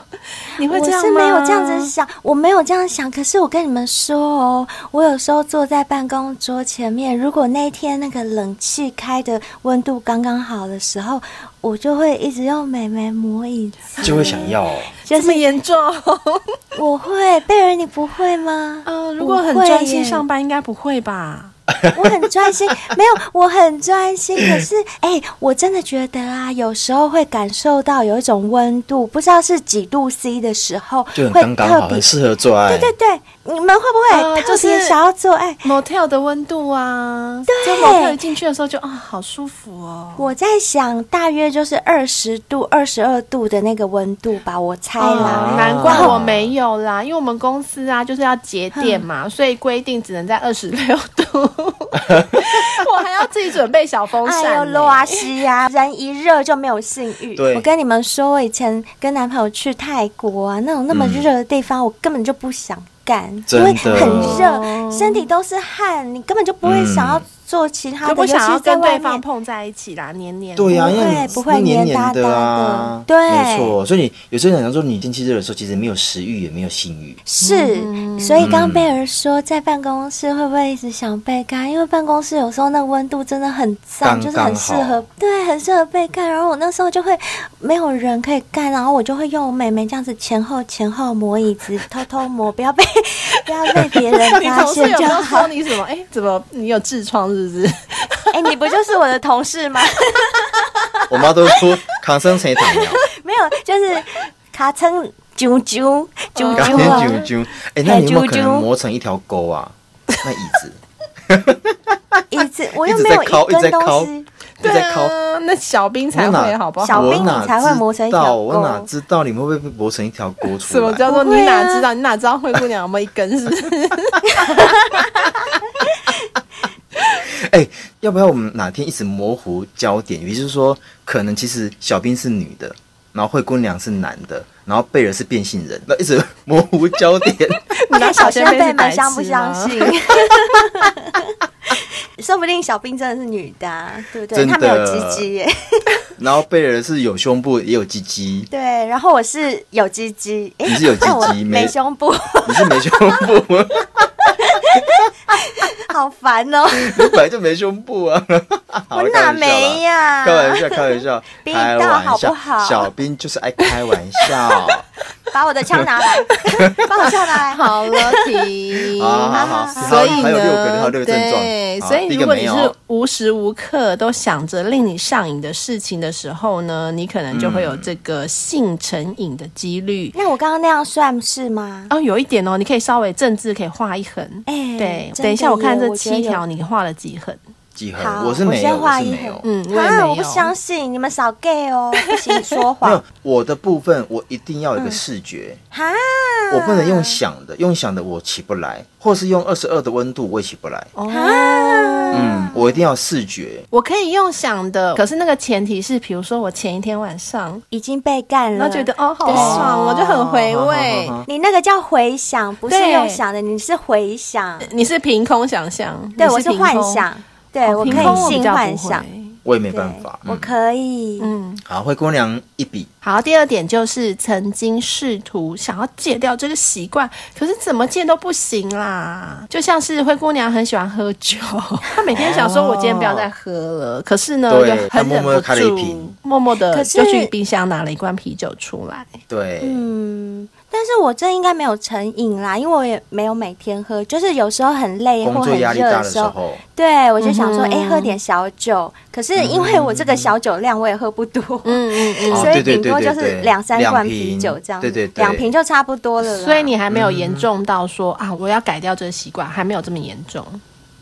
Speaker 1: 你会
Speaker 3: 我
Speaker 1: 这样吗？
Speaker 3: 是没有这样子想，我没有这样想。可是我跟你们说哦，我有时候坐在办公桌前面，如果那天那个冷气开的温度刚刚好的时候，我就会一直用美眉磨椅子，
Speaker 4: 就会想要、 哦，
Speaker 3: 就
Speaker 1: 这么
Speaker 3: 是
Speaker 1: 严重？
Speaker 3: 我会。贝尔，你不会吗？
Speaker 1: 嗯、如果很
Speaker 3: 我会
Speaker 1: 专心
Speaker 3: 耶
Speaker 1: 上班，应该不会吧？
Speaker 3: 我很专心， 没有，我很专心。可是，哎、我真的觉得啊，有时候会感受到有一种温度，不知道是几度 C 的时候，
Speaker 4: 就很
Speaker 3: 会
Speaker 4: 刚刚
Speaker 3: 特
Speaker 4: 好，
Speaker 3: 别
Speaker 4: 很适合做爱。
Speaker 3: 对对对，你们会不
Speaker 1: 呃
Speaker 3: 会
Speaker 1: 就
Speaker 3: 特
Speaker 1: 是
Speaker 3: 别想要做爱？
Speaker 1: motel 的温度啊，
Speaker 3: 对
Speaker 1: 就 motel 一进去的时候就啊、好舒服哦。
Speaker 3: 我在想，大约就是二十度、二十二度的那个温度吧，我猜
Speaker 1: 哦
Speaker 3: 啦。
Speaker 1: 难怪我没有啦，因为我们公司啊就是要节电嘛，所以规定只能在二十六度， 我还要自己准备小风
Speaker 3: 哎呦，
Speaker 1: 扇、
Speaker 3: 罗阿西呀、人一热就没有性欲。
Speaker 4: 对
Speaker 3: 我跟你们说，我以前跟男朋友去泰国啊，那种那么热的地方，我根本就不想干，因
Speaker 4: 嗯真的
Speaker 3: 为很热，
Speaker 1: 哦
Speaker 3: 身体都是汗，你根本就不会想要
Speaker 4: 嗯
Speaker 3: 做其他的，
Speaker 1: 就不想
Speaker 3: 尤
Speaker 1: 要
Speaker 3: 其在
Speaker 1: 跟
Speaker 3: 外
Speaker 1: 对
Speaker 3: 面
Speaker 1: 方碰在一起啦，黏黏的。
Speaker 4: 对呀、啊因为
Speaker 3: 会
Speaker 4: 你
Speaker 3: 不会
Speaker 4: 那黏
Speaker 3: 黏哒
Speaker 4: 黏的
Speaker 3: 哒的
Speaker 4: 啊，
Speaker 3: 对
Speaker 4: 没错。所以你有时候想说，你天气热的时候，其实没有食欲，也没有性欲。
Speaker 3: 是，所以刚贝尔说在办公室会不会一直想被干？因为办公室有时候那个温度真的很
Speaker 4: 刚
Speaker 3: 脏，就是很适合
Speaker 4: 刚好
Speaker 3: 对，很适合被干。然后我那时候就会没有人可以干，然后我就会用我妹妹这样子前后前后磨椅子，偷偷磨，不要被 不要被别人
Speaker 1: 你
Speaker 3: 发
Speaker 1: 同事
Speaker 3: 现
Speaker 1: 有
Speaker 3: 就
Speaker 1: 没有
Speaker 3: 好
Speaker 1: 说。你什么？哎、怎么你有痔疮是不是？
Speaker 3: 哎、 你不就是我的同事吗？
Speaker 4: 我妈都说扛生谁糖 尿，
Speaker 3: 没有，就是卡称啾啾啾
Speaker 4: 扛
Speaker 3: 啾啊。
Speaker 4: 啾啾。哎，那你有没有可
Speaker 3: 哎啾啾
Speaker 4: 能磨成一条沟啊？
Speaker 3: 哎
Speaker 4: 那椅子
Speaker 3: 椅子，我
Speaker 4: 一
Speaker 3: 又
Speaker 4: 直
Speaker 3: 没
Speaker 4: 在
Speaker 3: 有
Speaker 4: 敲，一直
Speaker 3: 根
Speaker 4: 在敲，
Speaker 3: 东
Speaker 4: 一
Speaker 3: 西。
Speaker 4: 直在敲。
Speaker 1: 啊，那小兵才
Speaker 4: 我
Speaker 1: 会
Speaker 4: 哪
Speaker 1: 好不好？
Speaker 3: 小兵
Speaker 4: 我哪
Speaker 3: 你才会磨成一条
Speaker 4: 知道
Speaker 3: 沟
Speaker 4: 我哪知道你们会不会磨成一条沟出
Speaker 1: 什
Speaker 4: 来？
Speaker 1: 么叫做
Speaker 3: 不
Speaker 1: 你
Speaker 3: 会啊
Speaker 1: 哪知道？你哪知道灰姑娘有没有一根是不 是？
Speaker 4: 哎、要不要我们哪天一直模糊焦点？也就是说，可能其实小兵是女的，然后灰姑娘是男的，然后贝尔是变性人，那一直 模糊焦点。
Speaker 1: 你拿小仙
Speaker 3: 贝
Speaker 1: 贝是
Speaker 3: 们
Speaker 1: 白痴啊
Speaker 3: 相不相
Speaker 1: 吗
Speaker 3: 信？说不定小兵真的是女的、啊，对不对？
Speaker 4: 真的
Speaker 3: 她没有鸡鸡耶，
Speaker 4: 然后贝尔是有胸部也有鸡鸡，
Speaker 3: 对。然后我是有鸡鸡，诶
Speaker 4: 你是有鸡鸡
Speaker 3: 但我
Speaker 4: 没
Speaker 3: 没胸部，
Speaker 4: 你是没胸部，
Speaker 3: 好烦哦！
Speaker 4: 你本来就没胸部啊。好
Speaker 3: 我
Speaker 4: 了
Speaker 3: 哪没、呀、
Speaker 4: 开玩笑啦开玩笑，
Speaker 3: 逼
Speaker 4: 开玩笑，开
Speaker 3: 到
Speaker 4: 玩
Speaker 3: 好
Speaker 4: 笑。
Speaker 3: 不好
Speaker 4: 小兵就是爱开玩笑。
Speaker 3: 把我的枪拿 来，把我的枪拿来。
Speaker 1: 好了，停。
Speaker 4: 啊好好好好，
Speaker 1: 所以呢，
Speaker 4: 还有六个，还有六个症状。
Speaker 1: 对，
Speaker 4: 好
Speaker 1: 所以
Speaker 4: 第一
Speaker 1: 如
Speaker 4: 个
Speaker 1: 果你
Speaker 4: 没
Speaker 1: 是
Speaker 4: 有，
Speaker 1: 无时无刻都想着令你上瘾的事情的时候呢，你可能就会有这个性成瘾的几率。
Speaker 3: 哎那我刚刚那样算是吗？
Speaker 1: 哦，有一点哦，你可以稍微政治可以画一横。
Speaker 3: 哎
Speaker 1: 对，
Speaker 3: 真的
Speaker 1: 等一下我看
Speaker 3: 耶
Speaker 1: 这
Speaker 3: 我觉得
Speaker 1: 七
Speaker 3: 有
Speaker 1: 条你画了几横？
Speaker 4: 几
Speaker 3: 好
Speaker 4: 何？呃我是没
Speaker 3: 我
Speaker 4: 有，
Speaker 3: 先画
Speaker 4: 我是
Speaker 3: 一
Speaker 4: 没
Speaker 3: 横
Speaker 4: 有。
Speaker 1: 嗯，我也没
Speaker 3: 啊，
Speaker 1: 有。
Speaker 3: 我不相信你们少 gay 哦，不行，说
Speaker 4: 没有
Speaker 3: 谎。
Speaker 4: 我的部分，我一定要有一个视觉，
Speaker 3: 哈，
Speaker 4: 我不能用想的，用想的我起不来，或是用二十二的温度我也起不来。
Speaker 1: 哦，
Speaker 4: 嗯，我一定要视觉。
Speaker 1: 我可以用想的，可是那个前提是，比如说我前一天晚上，
Speaker 3: 已经被干
Speaker 1: 然
Speaker 3: 了，
Speaker 1: 后觉得哦好
Speaker 3: 嗯对
Speaker 1: 爽哦，就很回味。
Speaker 4: 好好好好
Speaker 3: 你那个叫回想，不是
Speaker 1: 对
Speaker 3: 用想的，你是回想。
Speaker 1: 你是凭空想象，
Speaker 3: 对
Speaker 1: 你
Speaker 3: 我是
Speaker 1: 凭空
Speaker 3: 幻想，对
Speaker 1: 哦
Speaker 3: 我可
Speaker 1: 凭空
Speaker 3: 以
Speaker 1: 比
Speaker 3: 性
Speaker 1: 较不
Speaker 3: 幻想
Speaker 1: 会。
Speaker 4: 我也没
Speaker 3: 对
Speaker 4: 办法。嗯
Speaker 3: 我可以，
Speaker 1: 嗯，
Speaker 4: 好，灰姑娘一笔，
Speaker 1: 好，第二点就是曾经试图想要戒掉这个习惯，可是怎么戒都不行啦。就像是灰姑娘很喜欢喝酒， 她每天想说：“我今天不要再喝了。可是呢，
Speaker 4: 对
Speaker 1: 就
Speaker 4: 她
Speaker 1: 很
Speaker 4: 默
Speaker 1: 忍
Speaker 4: 默
Speaker 1: 不
Speaker 4: 地开了一
Speaker 1: 住
Speaker 4: 瓶，
Speaker 1: 默默的
Speaker 3: 可是
Speaker 1: 就去冰箱拿了一罐啤酒出来。
Speaker 4: 对，
Speaker 3: 嗯，但是我这应该没有成瘾啦，因为我也没有每天喝，就是有时候很累
Speaker 4: 工
Speaker 3: 或
Speaker 4: 作
Speaker 3: 很
Speaker 4: 压力
Speaker 3: 热
Speaker 4: 大
Speaker 3: 的
Speaker 4: 的时
Speaker 3: 时候，
Speaker 4: 候，
Speaker 3: 对我就想说，
Speaker 1: 嗯
Speaker 3: 哎、喝点小酒。可是因为我这个小酒量我也喝不多，
Speaker 1: 嗯嗯
Speaker 4: 嗯哦
Speaker 3: 所以
Speaker 4: 对对
Speaker 3: 顶多
Speaker 4: 对
Speaker 3: 就
Speaker 4: 对
Speaker 3: 是
Speaker 4: 对
Speaker 3: 两三
Speaker 4: 两
Speaker 3: 罐
Speaker 4: 瓶
Speaker 3: 啤酒这样，
Speaker 4: 对对对
Speaker 3: 两瓶就差不多了啦。
Speaker 1: 所以你还没有严重到说、啊，我要改掉这个习惯，还没有这么严重。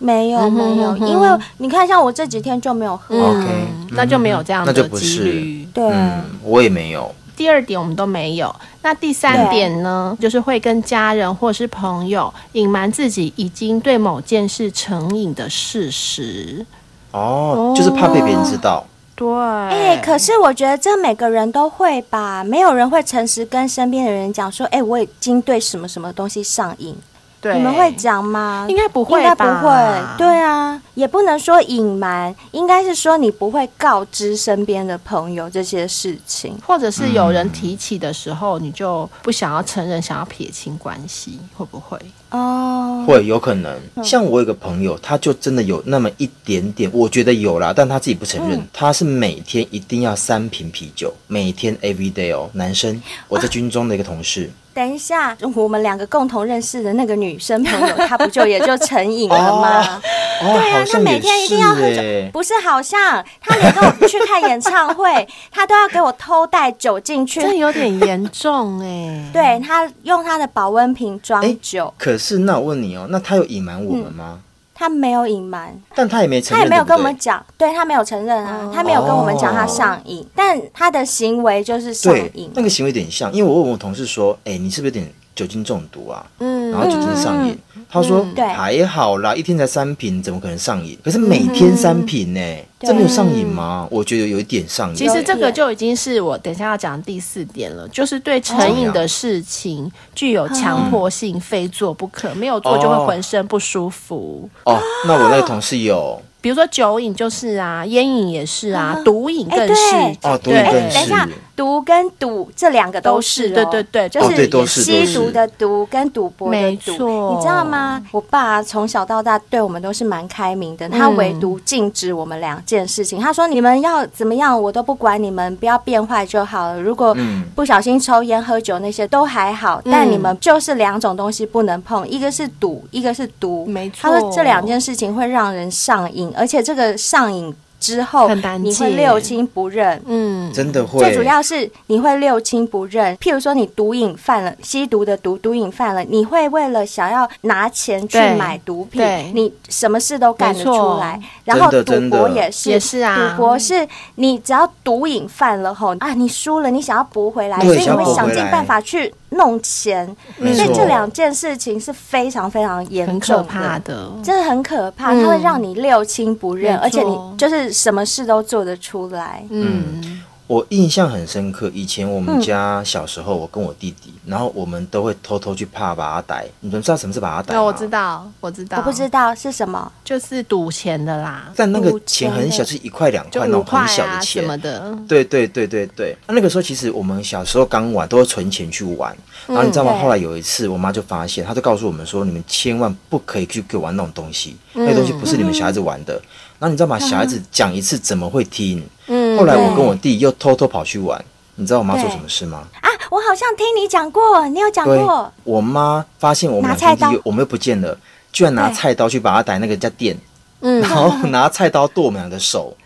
Speaker 3: 没有
Speaker 1: 嗯
Speaker 3: 没
Speaker 1: 哼
Speaker 3: 有，
Speaker 1: 嗯哼
Speaker 3: 因为你看，像我这几天就没有喝，
Speaker 4: OK
Speaker 1: 嗯那就没有这样的
Speaker 4: 那就不
Speaker 1: 几
Speaker 4: 是
Speaker 1: 率。
Speaker 3: 对，
Speaker 4: 嗯，我也没有，
Speaker 1: 第二点我们都没有。那第三点呢，就是会跟家人或是朋友隐瞒自己已经对某件事成瘾的事实。
Speaker 4: 哦，就是怕被别人知道，
Speaker 1: 对，
Speaker 3: 哎、可是我觉得这每个人都会吧，没有人会诚实跟身边的人讲说，哎、我已经对什么什么东西上瘾。
Speaker 1: 对
Speaker 3: 你们会讲吗？
Speaker 1: 应该不会
Speaker 3: 应该不
Speaker 1: 吧
Speaker 3: 会。对啊，也不能说隐瞒，应该是说你不会告知身边的朋友这些事情。
Speaker 1: 或者是有人提起的时候，你就不想要承认，想要撇清关系，会不会？
Speaker 3: 哦，
Speaker 4: 会有可能。像我有个朋友，他就真的有那么一点点，我觉得有啦，但他自己不承
Speaker 3: 嗯
Speaker 4: 认，他是每天一定要三瓶啤酒，每天 every day 哦，男
Speaker 3: 啊
Speaker 4: 生，我在军中的一个同事，
Speaker 3: 等一下，我们两个共同认识的那个女生朋友，她不就也就成瘾了吗？
Speaker 4: 哦，
Speaker 3: 对啊
Speaker 4: 好，
Speaker 3: 她
Speaker 4: 像
Speaker 3: 每
Speaker 4: 也
Speaker 3: 天一定要喝
Speaker 4: 是
Speaker 3: 酒
Speaker 4: 欸，
Speaker 3: 不是好像她连跟我去看演唱 会，她都要给我偷带酒进去。
Speaker 1: 这有点严重哎、
Speaker 3: 对她用她的保温瓶装
Speaker 4: 哎
Speaker 3: 酒，
Speaker 4: 可是那我问你哦，那他有隐瞒我们吗？
Speaker 3: 她没有隐瞒，
Speaker 4: 但他也没承
Speaker 3: 嗯他也
Speaker 4: 认，
Speaker 3: 没有跟我
Speaker 4: 对哦
Speaker 3: 们
Speaker 4: 不对
Speaker 3: 讲，对他没有承认啊，他没有跟我们讲他上瘾，但他的行为就是上
Speaker 4: 对
Speaker 3: 瘾，啊
Speaker 4: 那。个行为有点像，因为我问我同事说，哎，你是不是有点酒精中毒啊？
Speaker 1: 嗯
Speaker 4: 然后酒精上瘾，他说
Speaker 3: 对
Speaker 4: 还好啦，一天才三瓶，怎么可能上瘾？
Speaker 1: 嗯
Speaker 4: 可是每天三瓶呢，这没有上瘾吗？我觉得有一点上瘾。
Speaker 1: 其实这个就已经是我等一下要讲的第四点了，就是对成瘾的事情具有强迫性，非做不可，没有做就会浑身不舒服。
Speaker 4: 哦，那我那个同事有
Speaker 1: 比如说酒瘾就是啊，烟瘾也是啊，毒瘾更是。
Speaker 3: 哎
Speaker 4: 哦，毒
Speaker 1: 对
Speaker 4: 瘾更
Speaker 3: 等一
Speaker 4: 是
Speaker 3: 下，毒跟赌这两个都是、哦，
Speaker 1: 都是对对对
Speaker 3: 就
Speaker 1: 哦对
Speaker 4: 都
Speaker 3: 是
Speaker 4: 是
Speaker 3: 吸毒的毒跟赌博的
Speaker 1: 没
Speaker 3: 赌，
Speaker 1: 错
Speaker 3: 你知道吗？我爸从小到大对我们都是蛮开明的，他唯独禁止我们两件事情。他说你们要怎么样，我都不管，你们不要变坏就好了。如果
Speaker 4: 嗯
Speaker 3: 不小心抽烟喝酒那些都还好，但你们就是两种东西不能碰，一个是赌，一个是毒。
Speaker 1: 没错
Speaker 3: 他说这两件事情会让人上瘾，而且这个上瘾。之后
Speaker 1: 很难
Speaker 3: 你会
Speaker 1: 戒
Speaker 3: 六亲不认，
Speaker 1: 嗯，
Speaker 4: 真的会。
Speaker 3: 最主要是你会六亲不认，譬如说你毒瘾犯了，吸毒的毒，毒瘾犯了，你会为了想要拿钱去
Speaker 1: 对
Speaker 3: 买毒品
Speaker 1: 对，
Speaker 3: 你什么事都干得
Speaker 1: 没错
Speaker 3: 出来。然后
Speaker 4: 真的
Speaker 3: 赌
Speaker 4: 真的
Speaker 3: 博也是，
Speaker 1: 也是啊
Speaker 3: 赌博是你只要毒瘾犯了吼啊，你输了，你想要博回来，
Speaker 4: 对
Speaker 3: 所以你
Speaker 4: 想
Speaker 3: 会
Speaker 4: 要博
Speaker 3: 想
Speaker 4: 回
Speaker 3: 尽
Speaker 4: 来
Speaker 3: 办法去弄钱。
Speaker 1: 嗯
Speaker 4: 没
Speaker 3: 所以
Speaker 4: 错
Speaker 3: 这两件事情是非常非常严
Speaker 1: 很
Speaker 3: 重
Speaker 1: 可怕的。
Speaker 3: 真的很可怕，
Speaker 1: 嗯
Speaker 3: 它会让你六亲不认，
Speaker 1: 没
Speaker 3: 而且
Speaker 1: 错
Speaker 3: 你就是什么事都做得出来。
Speaker 1: 嗯，
Speaker 4: 我印象很深刻，以前我们家小时候，我跟我弟弟，然后我们都会偷偷去怕把阿呆。你们知道什么是把阿呆
Speaker 1: 那、哦
Speaker 4: 吗？
Speaker 1: 我知。道，我知道，
Speaker 3: 我不知道是什么，
Speaker 1: 就是赌钱的啦，
Speaker 4: 但那个
Speaker 3: 五千
Speaker 4: 钱很
Speaker 3: 的
Speaker 4: 小，就是一块两
Speaker 1: 就
Speaker 4: 块那
Speaker 1: 五
Speaker 4: 种
Speaker 1: 块
Speaker 4: 很小的
Speaker 1: 啊什
Speaker 4: 钱。
Speaker 1: 么的。
Speaker 4: 对对对对对，啊那那个时候其实我们小时候刚玩都会存钱去玩，然后你知道吗？
Speaker 3: 嗯对
Speaker 4: 后来有一次我妈就发现，她就告诉我们说，你们千万不可以去给我玩那种东西，
Speaker 3: 嗯
Speaker 4: 那个东西不是你们小孩子玩的。然后你知道吗？小孩子讲一次怎么会听？
Speaker 1: 嗯
Speaker 4: 后来我
Speaker 3: 对
Speaker 4: 跟我弟又偷偷跑去玩，你知道我妈做
Speaker 3: 对
Speaker 4: 什么事吗？
Speaker 3: 啊，我好像听你讲过，你有讲
Speaker 4: 对
Speaker 3: 过，，啊
Speaker 4: 我妈发现我们
Speaker 3: 拿
Speaker 4: 两
Speaker 3: 菜
Speaker 4: 兄
Speaker 3: 刀
Speaker 4: 弟又我们又不见了，居然拿
Speaker 3: 对
Speaker 4: 菜刀去把她逮那个人家店，
Speaker 1: 嗯
Speaker 4: 然 后拿菜刀剁我们俩的手。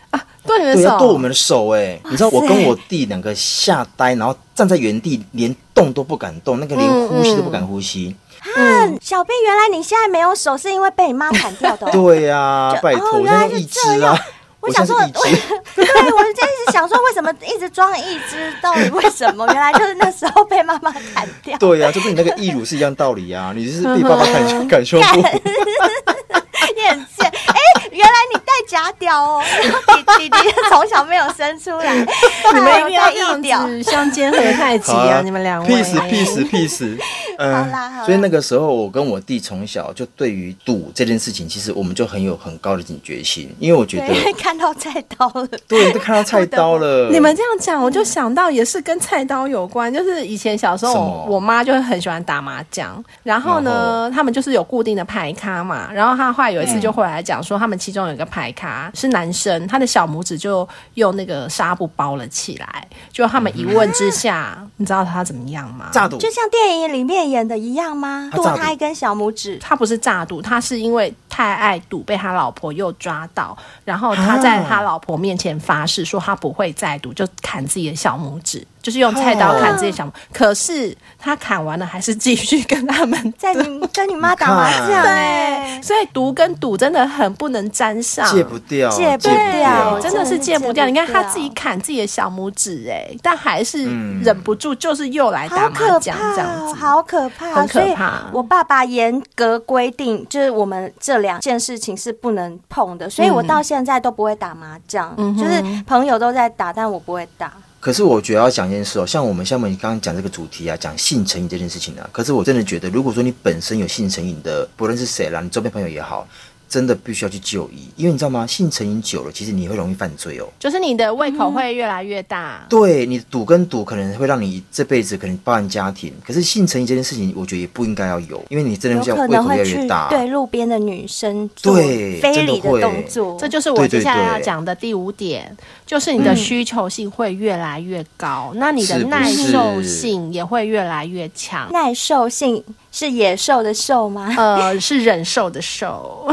Speaker 1: 剁你的
Speaker 4: 对，要
Speaker 1: 手，
Speaker 4: 剁我们的手哎、你知道我跟我弟两个吓呆，然后站在原地，连动都不敢动，那个连呼吸都不敢呼吸。
Speaker 3: 嗯，小 B，原来你现在没有手，是因为被你妈砍掉的、哦。
Speaker 4: 对呀、拜托，
Speaker 3: 哦
Speaker 4: 我
Speaker 3: 原来
Speaker 4: 现
Speaker 3: 是
Speaker 4: 在是义肢啊，
Speaker 3: 我
Speaker 4: 我
Speaker 3: 想
Speaker 4: 现
Speaker 3: 说，
Speaker 4: 在
Speaker 3: 我
Speaker 4: 是义肢。
Speaker 3: 对我真是想说，为什么一直装一只？到底为什么？原来就是那时候被妈妈砍掉。
Speaker 4: 对呀、就跟你那个义乳是一样道理啊，你就是被爸爸
Speaker 3: 嗯
Speaker 4: 感 感受不啊
Speaker 3: 你很贱，哎、原来你带假屌哦，然后你弟弟弟从小没有生出来，哎
Speaker 1: 你
Speaker 3: 还
Speaker 1: 们一
Speaker 3: 有
Speaker 1: 定要
Speaker 3: 在
Speaker 1: 这
Speaker 3: 异
Speaker 1: 样
Speaker 3: 调。
Speaker 1: 子相煎何太急
Speaker 4: 好
Speaker 1: 啊！你们两位，
Speaker 4: ，peace peace peace，呃
Speaker 3: 哎好啦好啦
Speaker 4: 所以那个时候我跟我弟从小就对于赌这件事情，其实我们就很有很高的警觉心，因为我觉得
Speaker 3: 对， 看到菜刀了，
Speaker 4: 对，都看到菜刀 了，
Speaker 1: 你们这样讲，我就想到也是跟菜刀有关，就是以前小时候
Speaker 4: 什么
Speaker 1: 我我妈就会很喜欢打麻将，然后呢，他们就是有固定的牌咖嘛，然后她后来有一次就回来讲说，他们其中有一个牌咖是男生，他的小拇指就用那个纱布包了起来，就他们一问之下，你知道他怎么样吗？
Speaker 4: 炸赌，
Speaker 3: 就像电影里面演的一样吗？
Speaker 4: 他
Speaker 3: 剁
Speaker 4: 炸的
Speaker 3: 他一根小拇指，
Speaker 1: 他不是诈赌，他是因为太爱赌被他老婆又抓到，然后他
Speaker 4: 啊
Speaker 1: 在他老婆面前发誓说他不会再赌，就砍自己的小拇指，就是用菜刀砍自己的
Speaker 4: 啊
Speaker 1: 小拇指。可是他砍完了还是继续跟他们
Speaker 3: 在你跟你妈打麻
Speaker 4: 你
Speaker 3: 将
Speaker 4: 看
Speaker 3: 哎、
Speaker 1: 对，所以赌跟赌真的很不能沾上。啊
Speaker 4: 戒不掉，
Speaker 3: 戒不
Speaker 4: 不
Speaker 3: 掉
Speaker 4: 掉，
Speaker 1: 真的是戒不掉，
Speaker 3: 真的是戒不掉
Speaker 1: 你看他自己砍自己的小拇指、哎，但还是
Speaker 4: 嗯
Speaker 1: 忍不住，就是又来打
Speaker 3: 好
Speaker 1: 麻
Speaker 3: 可
Speaker 1: 将
Speaker 3: 怕
Speaker 1: 这样
Speaker 3: 哦，
Speaker 1: 子。
Speaker 3: 好可怕，
Speaker 1: 很可怕
Speaker 3: 所以我爸爸严格规定，就是我们这两件事情是不能碰的，所以我
Speaker 1: 嗯
Speaker 3: 到现在都不会打麻将，就是朋友都在打，但我不会打。
Speaker 4: 可是我觉得要讲一件事哦，像我们像我们刚刚讲这个主题啊，讲性成瘾这件事情啊，可是我真的觉得，如果说你本身有性成瘾的，不论是谁啦，你周边朋友也好，真的必须要去就医，因为你知道吗？性成瘾久了，其实你会容易犯罪哦。
Speaker 1: 就是你的胃
Speaker 3: 嗯
Speaker 1: 口会越来越大。
Speaker 4: 对你赌跟赌可能会让你这辈子可能包含家庭，可是性成瘾这件事情，我觉得也不应该要有，因为你真的
Speaker 3: 有
Speaker 4: 会叫
Speaker 3: 可
Speaker 4: 胃
Speaker 3: 能
Speaker 4: 口
Speaker 3: 会
Speaker 4: 越来
Speaker 3: 去
Speaker 4: 越大。
Speaker 3: 对路边的女生做
Speaker 4: 对
Speaker 3: 非
Speaker 4: 真的
Speaker 3: 礼的
Speaker 4: 会
Speaker 3: 动作，
Speaker 1: 这就是我接下来要讲的第五点，就是你的需求性会越来越高，那你的
Speaker 4: 嗯是不
Speaker 1: 耐
Speaker 4: 是
Speaker 1: 受性也会越来越 强。
Speaker 3: 耐受性是野兽的兽吗？
Speaker 1: 呃，是忍受的 受，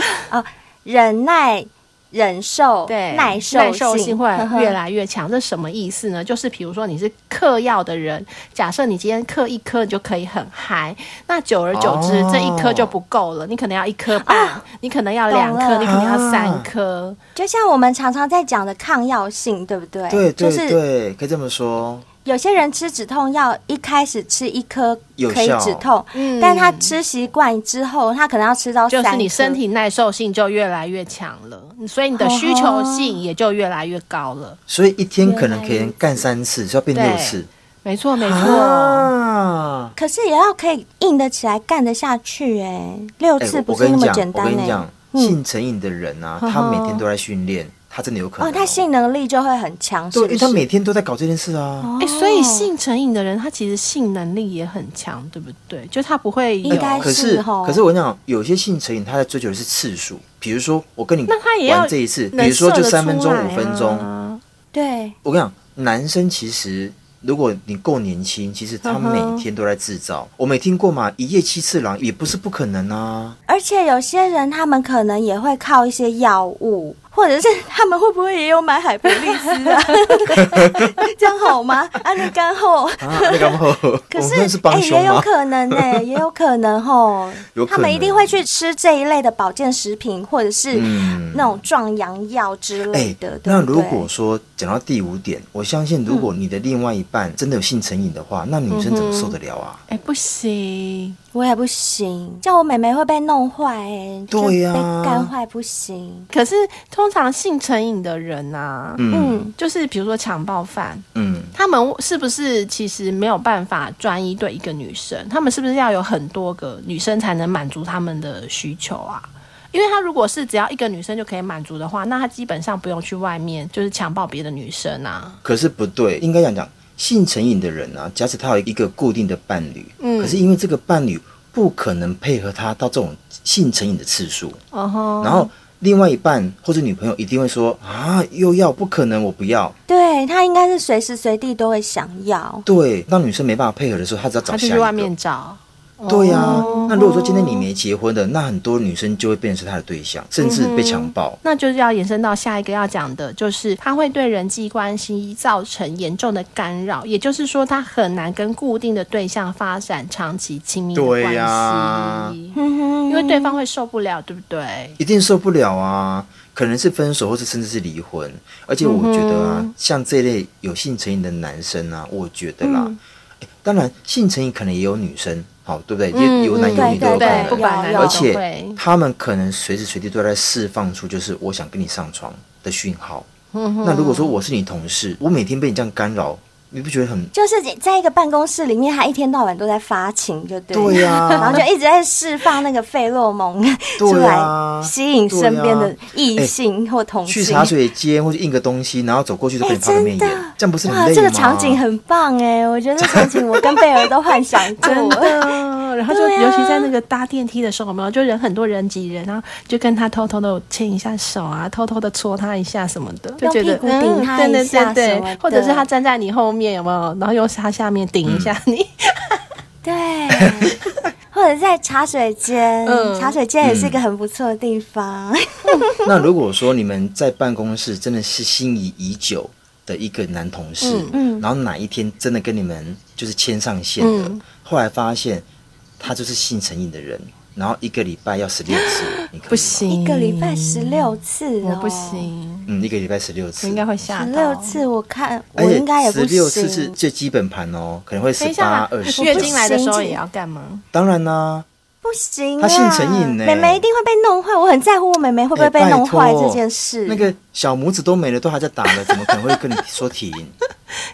Speaker 3: 忍耐、忍受、
Speaker 1: 对，
Speaker 3: 耐
Speaker 1: 受
Speaker 3: 受
Speaker 1: 性会
Speaker 3: 呵呵
Speaker 1: 越来越强。这什么意思呢？就是比如说你是嗑药的人，假设你今天嗑一颗，你就可以很嗨。那久而久之，
Speaker 4: 哦
Speaker 1: 这一颗就不够了，你可能要一颗半，
Speaker 3: 啊
Speaker 1: 你可能要两
Speaker 3: 懂
Speaker 1: 颗，
Speaker 3: 了
Speaker 1: 你可能要三
Speaker 4: 啊
Speaker 1: 颗。
Speaker 3: 就像我们常常在讲的抗药性，对不对？
Speaker 4: 对对
Speaker 3: 就是
Speaker 4: 对，可以这么说。
Speaker 3: 有些人吃止痛药，一开始吃一颗
Speaker 4: 有
Speaker 3: 可以
Speaker 4: 效
Speaker 3: 止痛，
Speaker 1: 嗯
Speaker 3: 但他吃习惯之后，他可能要吃到
Speaker 1: 就
Speaker 3: 哦三
Speaker 1: 是你
Speaker 3: 颗哦
Speaker 1: 身体耐受性就越来越强了，所以你的需求性也就越来越高了。
Speaker 4: 所以一天可能可以干三次，所以要变六
Speaker 1: 对
Speaker 4: 次
Speaker 1: 没错，没错。
Speaker 3: 哦
Speaker 4: 啊！
Speaker 3: 可是也要可以硬得起来，干得下去、哎，六
Speaker 4: 哎，
Speaker 3: 次
Speaker 4: 我
Speaker 3: 不
Speaker 4: 我
Speaker 3: 是
Speaker 4: 跟
Speaker 3: 那
Speaker 4: 你
Speaker 3: 么
Speaker 4: 讲，
Speaker 3: 简
Speaker 4: 我
Speaker 3: 单
Speaker 4: 跟
Speaker 3: 哎、
Speaker 4: 你讲，性成瘾的人啊，他每天都在训练，他真的有可能
Speaker 3: 哦，他性能力就会很强，
Speaker 4: 对，
Speaker 3: 是不
Speaker 4: 因为
Speaker 3: 是哦
Speaker 4: 他？每天都在搞这件事啊。
Speaker 1: 哎、所以性成瘾的人，他其实性能力也很强，对不对？就他不会有
Speaker 3: 应，该
Speaker 4: 可
Speaker 3: 是
Speaker 4: 是
Speaker 3: 哦，
Speaker 4: 可是我跟你讲，有些性成瘾，他在追求的是次数，比如说我跟你
Speaker 1: 那他也要
Speaker 4: 玩这一次，比
Speaker 1: 能
Speaker 4: 如说
Speaker 1: 射
Speaker 4: 就
Speaker 1: 得
Speaker 4: 三分
Speaker 1: 出
Speaker 4: 钟、
Speaker 1: 来
Speaker 4: 五分钟，
Speaker 1: 啊
Speaker 3: 对，
Speaker 4: 我跟你讲，男生其实如果你够年轻，其实他每天都在制
Speaker 3: 嗯
Speaker 4: 造。我没听过嘛，一夜七次郎也不是不可能啊。
Speaker 3: 而且有些人他们可能也会靠一些药物，或者是他们会不会也有买海博利斯啊？ 这样好吗？安利干后。
Speaker 4: 啊， 那个后，
Speaker 3: 可
Speaker 4: 我们
Speaker 3: 是，哎
Speaker 4: 哦真的是帮
Speaker 3: 也
Speaker 4: 凶
Speaker 3: 有
Speaker 4: 吗？
Speaker 3: 可能呢、 也有可能吼，
Speaker 4: 有可
Speaker 3: 他
Speaker 4: 能
Speaker 3: 们一定会去吃这一类的保健食品，或者是
Speaker 4: 嗯
Speaker 3: 那种壮阳药之类的。对
Speaker 4: 哎那
Speaker 3: 不
Speaker 4: 如
Speaker 3: 对
Speaker 4: 果说讲到第五点，我相信如
Speaker 1: 嗯
Speaker 4: 果你的另外一半真的有性成瘾的话，那女生怎么受得了啊？
Speaker 1: 哎、不行，
Speaker 3: 我也不行，叫我妹妹会被弄坏、欸，就
Speaker 4: 对呀
Speaker 3: 被干坏不行。
Speaker 1: 可是通常性成瘾的人啊，
Speaker 4: 嗯
Speaker 3: 嗯，
Speaker 1: 就是比如说强暴犯，
Speaker 4: 嗯，
Speaker 1: 他们是不是其实没有办法专一对一个女生？他们是不是要有很多个女生才能满足他们的需求啊？因为他如果是只要一个女生就可以满足的话，那他基本上不用去外面就是强暴别的女生啊。
Speaker 4: 可是不对，应该讲讲性成瘾的人啊，假使他有一个固定的伴侣，
Speaker 1: 嗯
Speaker 4: 可是因为这个伴侣不可能配合他到这种性成瘾的次数，
Speaker 1: 哦吼，
Speaker 4: 然后另外一半或者女朋友一定会说啊，又要不可能，我不要。
Speaker 3: 对她应该是随时随地都会想要。
Speaker 4: 对，当女生没办法配合的时候，她只要
Speaker 1: 他
Speaker 4: 找
Speaker 1: 就
Speaker 4: 下一
Speaker 1: 去
Speaker 4: 个。
Speaker 1: 外面哦找。
Speaker 4: 对呀、那如果说今天你没结婚的，那很多女生就会变成是他的对象，甚至被强暴。
Speaker 1: 那就是要延伸到下一个要讲的，就是它会对人际关系造成严重的干扰，也就是说，他很难跟固定的对象发展长期亲密的关系，
Speaker 4: 对呀
Speaker 3: 嗯
Speaker 1: 因为对方会受不了，对不对？
Speaker 4: 一定受不了啊！可能是分手，或是甚至是离婚。而且我觉得啊，
Speaker 3: 嗯
Speaker 4: 像这类有性成瘾的男生啊，我觉得啦，
Speaker 3: 嗯
Speaker 4: 诶当然性成瘾可能也有女生，好对不对？也有男
Speaker 3: 嗯
Speaker 4: 有
Speaker 3: 对
Speaker 4: 女都
Speaker 3: 对
Speaker 4: 有可
Speaker 3: 对，
Speaker 4: 能。
Speaker 1: 不管男
Speaker 3: 有
Speaker 1: 女
Speaker 4: 而
Speaker 1: 都
Speaker 4: 且
Speaker 1: 会
Speaker 4: 他们可能随时随地都在释放出就是我想跟你上床的讯号。
Speaker 3: 嗯
Speaker 4: 那如果说我是你同事，我每天被你这样干扰，你不觉得很
Speaker 3: 就是在一个办公室里面，他一天到晚都在发情，就对了，
Speaker 4: 对呀
Speaker 3: 然后就一直在释放那个费洛蒙出来，吸引身边的异性或同
Speaker 4: 去
Speaker 3: 性。
Speaker 4: 茶水间或者印个东西，然后走过去就
Speaker 3: 哎，
Speaker 4: 被你抛个
Speaker 3: 真
Speaker 4: 媚
Speaker 3: 的
Speaker 4: 眼，这样不是很
Speaker 3: 哇
Speaker 4: 累，吗？
Speaker 3: 这个场景很棒哎，我觉得这场景 我跟贝尔都幻想过。
Speaker 1: 真的。 然后就
Speaker 3: 对啊
Speaker 1: 尤其在那个搭电梯的时候，有没有就人很多人挤人，然后就跟他偷偷的牵一下手啊，偷偷的戳他一下什么的，就
Speaker 3: 用
Speaker 1: 觉
Speaker 3: 屁
Speaker 1: 得嗯
Speaker 3: 股顶他
Speaker 1: 对
Speaker 3: 一
Speaker 1: 对对
Speaker 3: 下什
Speaker 1: 对
Speaker 3: 么，
Speaker 1: 或者是
Speaker 3: 的
Speaker 1: 他站在你后面有没有，然后用他下面顶一下你，
Speaker 3: 对， 或者在茶水间，
Speaker 1: 嗯
Speaker 3: 茶水间也是一个很不错的地方。
Speaker 4: 那如果说你们在办公室真的是心仪已久的一个男同事，
Speaker 3: 嗯
Speaker 4: 然后哪一天真的跟你们就是牵上线了，
Speaker 1: 嗯
Speaker 4: 后来发现他就是性成瘾的人，然后一个礼拜要十六 次，你可以吗
Speaker 1: 不，行，
Speaker 3: 一个礼拜十六次、哦，
Speaker 1: 我不。行，
Speaker 4: 嗯，一个礼拜十六次，
Speaker 1: 我应该会吓
Speaker 3: 十
Speaker 1: 到
Speaker 3: 六。次，我看我
Speaker 4: 而且
Speaker 3: 应该也不
Speaker 4: 哎十
Speaker 3: 行。
Speaker 4: 六次是最基本盘哦，可能会
Speaker 1: 等
Speaker 4: 十
Speaker 1: 一
Speaker 4: 八
Speaker 1: 下
Speaker 4: 二，十。
Speaker 1: 月经来的时候
Speaker 3: 行
Speaker 1: 也要干嘛？
Speaker 4: 当然啦、
Speaker 3: 不行、啊，
Speaker 4: 他性成瘾呢
Speaker 3: 妹妹一定会被弄坏。我很在乎我妹妹会不
Speaker 4: 哎
Speaker 3: 会被
Speaker 4: 拜
Speaker 3: 弄坏这
Speaker 4: 托
Speaker 3: 件事。
Speaker 4: 那个小拇指都没了，都还在打 了，怎么可能会跟你说停？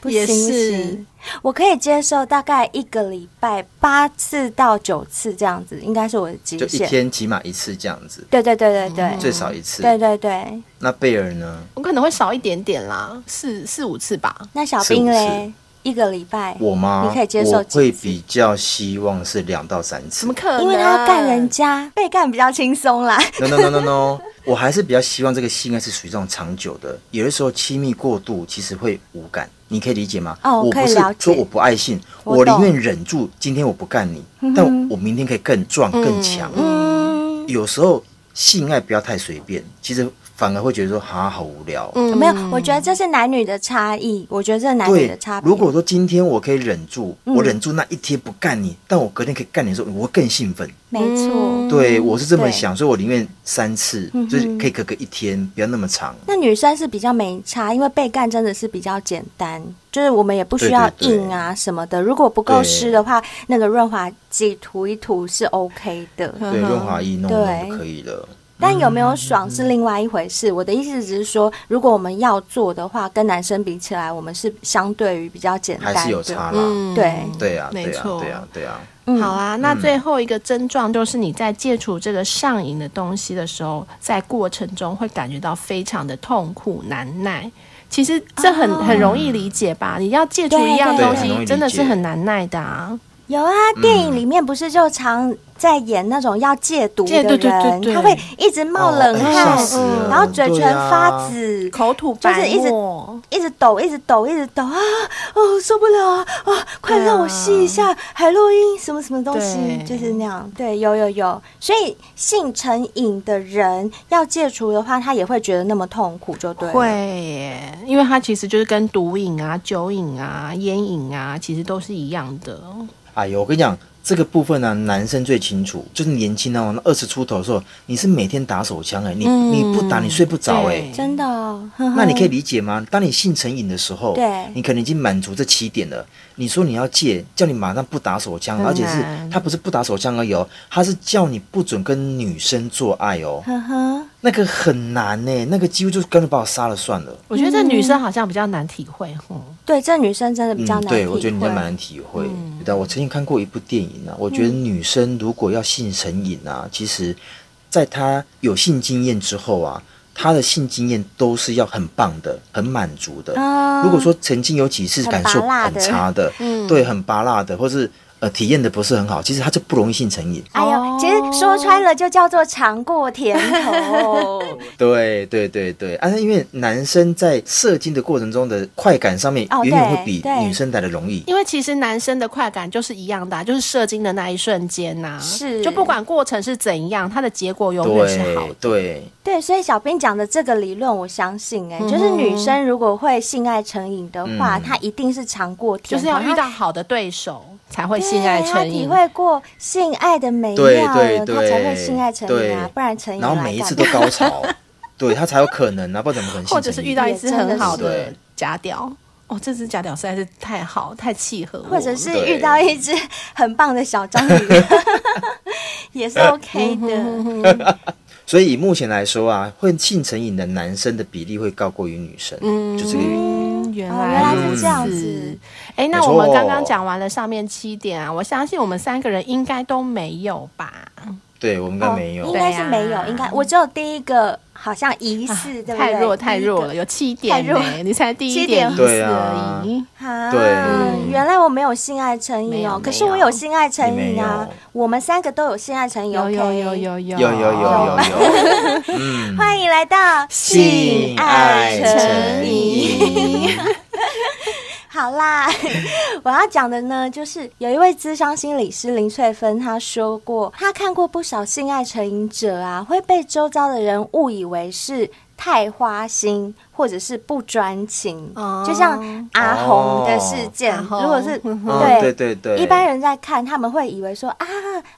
Speaker 3: 不
Speaker 1: 也
Speaker 3: 行不
Speaker 1: 是
Speaker 3: 行，我可以接受大概一个礼拜八次到九次这样子，应该是我的极
Speaker 4: 就一
Speaker 3: 限。
Speaker 4: 天起码一次这样子，
Speaker 3: 对对对对对，
Speaker 4: 最少一次。
Speaker 3: 对对对。
Speaker 4: 那贝尔呢？
Speaker 1: 我可能会少一点点啦，四四五次吧。
Speaker 3: 那小兵
Speaker 4: 四五次
Speaker 3: 嘞，一个礼拜
Speaker 4: 我吗？
Speaker 3: 你可以接受
Speaker 4: 我会
Speaker 3: 几次
Speaker 4: 比较希望是两到三次。
Speaker 1: 怎么可能？
Speaker 3: 因为他要干人家，被干比较轻松啦。
Speaker 4: ？No No No No No，我 还是比较希望这个性爱是属于这种长久的。有的时候亲密过度其实会无感，你可以理解吗？
Speaker 3: 哦
Speaker 4: 我
Speaker 3: 可以
Speaker 4: 不是
Speaker 3: 了解
Speaker 4: 说我不爱性，
Speaker 3: 我
Speaker 4: 我宁
Speaker 3: 懂
Speaker 4: 愿忍住，今天我不干你，但我明天可以更壮、更强。
Speaker 3: 嗯，
Speaker 4: 有时候性爱不要太随便，其实反而会觉得说哈好无聊。
Speaker 1: 嗯
Speaker 3: 没有，我觉得这是男女的差异。我觉得这是男女的
Speaker 4: 对
Speaker 3: 差，别。嗯
Speaker 4: 如果说今天我可以忍住，我忍住那一天不干你，但我隔天可以干你的时候，我会更兴奋。
Speaker 3: 没
Speaker 1: 嗯
Speaker 3: 错，
Speaker 4: 对，我是这么
Speaker 3: 对
Speaker 4: 想，所以我宁愿三次，就是可以隔个一天，不要那么长。
Speaker 3: 那女生是比较没差，因为被干真的是比较简单，就是我们也不需要
Speaker 4: 对对对
Speaker 3: 硬啊什么的。如果不够湿的话，那个润滑剂涂一涂是 OK 的。
Speaker 1: 嗯
Speaker 4: 对，润滑液弄一弄
Speaker 3: 对
Speaker 4: 就可以了。
Speaker 3: 但有没有爽是另外一回事。我的意思只是说，如果我们要做的话，跟男生比起来，我们是相对于比较简单的，
Speaker 4: 还是有差啦。
Speaker 3: 对
Speaker 4: 对啊，
Speaker 1: 嗯没
Speaker 4: 对啊，
Speaker 1: 错
Speaker 4: 对啊，对啊。
Speaker 3: 嗯
Speaker 1: 好啊，那最后一个症状就是你在戒除这个上瘾的东西的时候，在过程中会感觉到非常的痛苦难耐。其实这很、很容易理解吧？你要戒除一样
Speaker 3: 啊对
Speaker 1: 东
Speaker 4: 对很容易
Speaker 1: 西，
Speaker 4: 理解
Speaker 1: 真的是很难耐的啊。
Speaker 3: 有啊，电影里面不是就常在演那种要戒毒的
Speaker 1: 戒
Speaker 3: 人，
Speaker 4: 嗯
Speaker 1: 毒对对对
Speaker 3: 他会一直冒冷
Speaker 4: 哦哎
Speaker 3: 汗，
Speaker 4: 吓死了
Speaker 3: 然后嘴唇
Speaker 4: 对啊
Speaker 3: 发紫，
Speaker 1: 口吐
Speaker 3: 就是
Speaker 1: 白
Speaker 3: 一直
Speaker 1: 沫，
Speaker 3: 一直抖，一直抖，一直抖啊！哦，受不了啊！啊，快
Speaker 1: 对啊
Speaker 3: 让我吸一下海洛因什么什么东西，
Speaker 1: 对
Speaker 3: 就是那样。对，有有有。所以性成瘾的人要戒除的话，他也会觉得那么痛苦，就对了。
Speaker 1: 会耶，因为它其实就是跟毒瘾啊、酒瘾啊、烟瘾啊，其实都是一样的。
Speaker 4: 哎呦，我跟你讲，这个部分呢、男生最清楚，就是年轻哦那种二十出头的时候，你是每天打手枪哎、你你不打你睡不着哎、
Speaker 1: 嗯对嗯
Speaker 3: 真的哦、呵呵
Speaker 4: 那 你可以理解吗？当你性成瘾的时候，
Speaker 3: 对
Speaker 4: 你可能已经满足这起点了。你说你要戒，叫你马上不打手枪，
Speaker 1: 很
Speaker 4: 而且是
Speaker 1: 难
Speaker 4: 他不是不打手枪而已哦，他是叫你不准跟女生做爱
Speaker 1: 嗯
Speaker 4: 哦，
Speaker 3: 呵呵，
Speaker 4: 那个很难呢，那个几乎就是干脆把我杀了算了。
Speaker 1: 我觉得这
Speaker 3: 嗯
Speaker 1: 女生好像比较难体会，吼、
Speaker 3: 对，这女生真的比较
Speaker 4: 嗯，
Speaker 3: 难体会。嗯
Speaker 4: 对，我觉得你在蛮难体会。对啊但我曾经看过一部电影啊，我觉得女生如果要性成瘾啊，其实在她有性经验之后啊，她的性经验都是要很棒的、很满足的。
Speaker 3: 啊
Speaker 4: 如果说曾经有几次感受
Speaker 3: 很拔辣
Speaker 4: 很
Speaker 3: 的嗯
Speaker 4: 差 的，对，很拔辣的，或是呃体验的不是很好，其实她就不容易性成瘾。
Speaker 3: 哎
Speaker 1: 哦
Speaker 3: 呦，其实说穿了就叫做尝过甜 头。
Speaker 4: 哦对对对对，啊，因为男生在射精的过程中的快感上面，
Speaker 3: 哦
Speaker 4: 远远会
Speaker 3: 对
Speaker 4: 比
Speaker 3: 对
Speaker 4: 女生来的容易。
Speaker 1: 因为其实男生的快感就是一样的啊、就是射精的那一瞬间呐、
Speaker 3: 是
Speaker 1: 就不管过程是怎样，它的结果永远是好的。
Speaker 4: 对对，
Speaker 3: 对，所以小兵讲的这个理论，我相信、哎、就是女生如果会性爱成瘾的话，
Speaker 4: 嗯
Speaker 3: 她一定是尝过甜
Speaker 1: 就
Speaker 3: 头，
Speaker 1: 是要遇
Speaker 3: 她
Speaker 1: 到好的对手才会
Speaker 3: 对
Speaker 1: 性爱成瘾
Speaker 3: 她体。会过性爱的美
Speaker 4: 对
Speaker 3: 妙了，
Speaker 4: 对
Speaker 3: 她
Speaker 4: 对，
Speaker 3: 才会性爱成瘾啊
Speaker 4: 对，
Speaker 3: 不然成瘾
Speaker 4: 然后
Speaker 3: 来
Speaker 4: 每一
Speaker 3: 干
Speaker 4: 次都
Speaker 3: 嘛
Speaker 4: 高潮，对他才有可能啊，不然怎么可能性成瘾？
Speaker 1: 或者是遇到一只很好
Speaker 4: 也
Speaker 1: 的
Speaker 4: 真的是
Speaker 1: 假屌，哦，这只假屌实在是太好，太契合我了，
Speaker 3: 或者是
Speaker 4: 对
Speaker 3: 遇到一只
Speaker 4: 呃嗯
Speaker 3: 哦很棒的小章鱼，也是 OK 的。
Speaker 4: 所以以目前来说啊，会性成瘾的男生的比例会高过于女生，就这个原因。
Speaker 1: 嗯，原
Speaker 3: 哦原
Speaker 1: 来
Speaker 3: 来
Speaker 1: 如
Speaker 3: 是
Speaker 1: 此
Speaker 3: 这样子。
Speaker 1: 哎、那
Speaker 4: 没错
Speaker 1: 我们刚刚讲完了上面七点啊，我相信我们三个人应该都没有吧？
Speaker 4: 对我们
Speaker 3: 哦
Speaker 4: 刚没有，
Speaker 3: 应该是没
Speaker 1: 对
Speaker 3: 有
Speaker 1: 啊，
Speaker 3: 应该我只有第一个好像疑似，对不对？
Speaker 1: 太弱太弱了，
Speaker 3: 第一个。
Speaker 1: 有七点呢、
Speaker 3: 太弱
Speaker 1: 你才第一
Speaker 3: 七
Speaker 1: 点
Speaker 3: 点
Speaker 1: 一次
Speaker 4: 对
Speaker 1: 而
Speaker 4: 啊
Speaker 1: 已。
Speaker 3: 啊，
Speaker 4: 对
Speaker 3: 原来我没有性爱成
Speaker 1: 没
Speaker 3: 瘾
Speaker 1: 有
Speaker 3: 哦，可
Speaker 1: 没
Speaker 3: 是我
Speaker 1: 有
Speaker 3: 有性爱成
Speaker 4: 你没
Speaker 3: 瘾啊
Speaker 4: 有。
Speaker 3: 我们三个都有性爱成瘾
Speaker 1: 有
Speaker 3: ，OK，
Speaker 1: 有有有有
Speaker 4: 有有有
Speaker 3: 哦
Speaker 4: 有有，嗯，
Speaker 3: 欢迎来到
Speaker 4: 性爱成瘾。
Speaker 3: 好啦， 我要讲的呢，就是有一位咨商心理师林翠芬，她说过，她看过不少性爱成瘾者啊，会被周遭的人误以为是。太花心，或者是不专情
Speaker 1: 哦
Speaker 3: 就像阿红的事件
Speaker 1: 哦
Speaker 3: 如果是
Speaker 4: 嗯对对对
Speaker 3: 一般人在看，他们会以为说啊，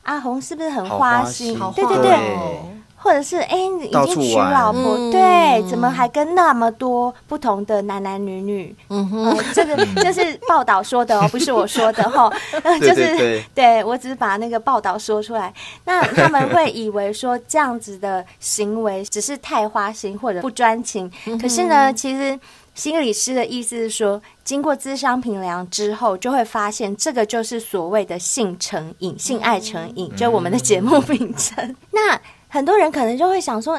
Speaker 3: 阿红是不是很
Speaker 4: 好
Speaker 3: 花
Speaker 4: 花
Speaker 3: 心？
Speaker 4: 心
Speaker 1: 好
Speaker 3: 对
Speaker 1: 话
Speaker 3: 对
Speaker 1: 哦
Speaker 3: 对，或者是哎、你已
Speaker 4: 到
Speaker 3: 经
Speaker 4: 处
Speaker 3: 娶
Speaker 4: 玩
Speaker 3: 老婆，
Speaker 1: 嗯
Speaker 3: 对，怎么还跟那么多不同的男男女女？
Speaker 1: 嗯哼，
Speaker 3: 呃，这个这是报道说的哦，不是我说的 哦，呃，
Speaker 4: 对
Speaker 3: 就
Speaker 4: 对
Speaker 3: 是
Speaker 4: 对
Speaker 3: 对我只是把那个报道说出来。那他们会以为说这样子的行为只是太花心或者不专情，
Speaker 4: 嗯
Speaker 3: 可是呢，其实。心理师的意思是说，经过智商评量之后，就会发现这个就是所谓的性成瘾、性爱成
Speaker 4: 嗯
Speaker 3: 瘾，就我们的节目名称。 那很多人可能就会想说，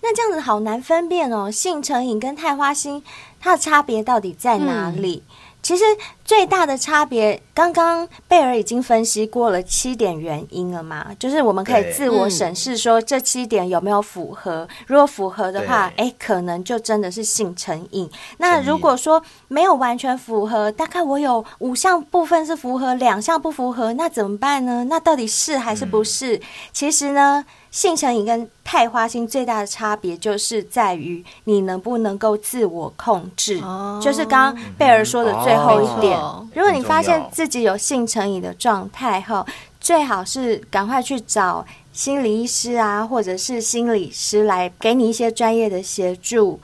Speaker 3: 那这样子好难分辨哦，性成瘾跟太花心它的差别到底在哪里？其实最大的差别，刚刚贝尔已经分析过了七点原因了嘛，就是我们可以
Speaker 4: 对
Speaker 3: 自我审视说这七点有没有符合，如果符合的话，哎、
Speaker 4: 对
Speaker 3: 可能就真的是性成瘾。那
Speaker 4: 成瘾
Speaker 3: 如果说没有完全符合，大概我有五项部分是符合，两项不符合，那怎么办呢？那到底是还是不是？其实呢，性成瘾跟太花心最大的差别就是在于你能不能够自我控制，
Speaker 1: 哦
Speaker 3: 就是刚刚贝尔说的最后一点。
Speaker 1: 哦没
Speaker 3: 如果你发现
Speaker 4: 很重要
Speaker 3: 自己有性成瘾的状态后，最好是赶快去找心理医师啊，或者是心理师来给你一些专业的协助，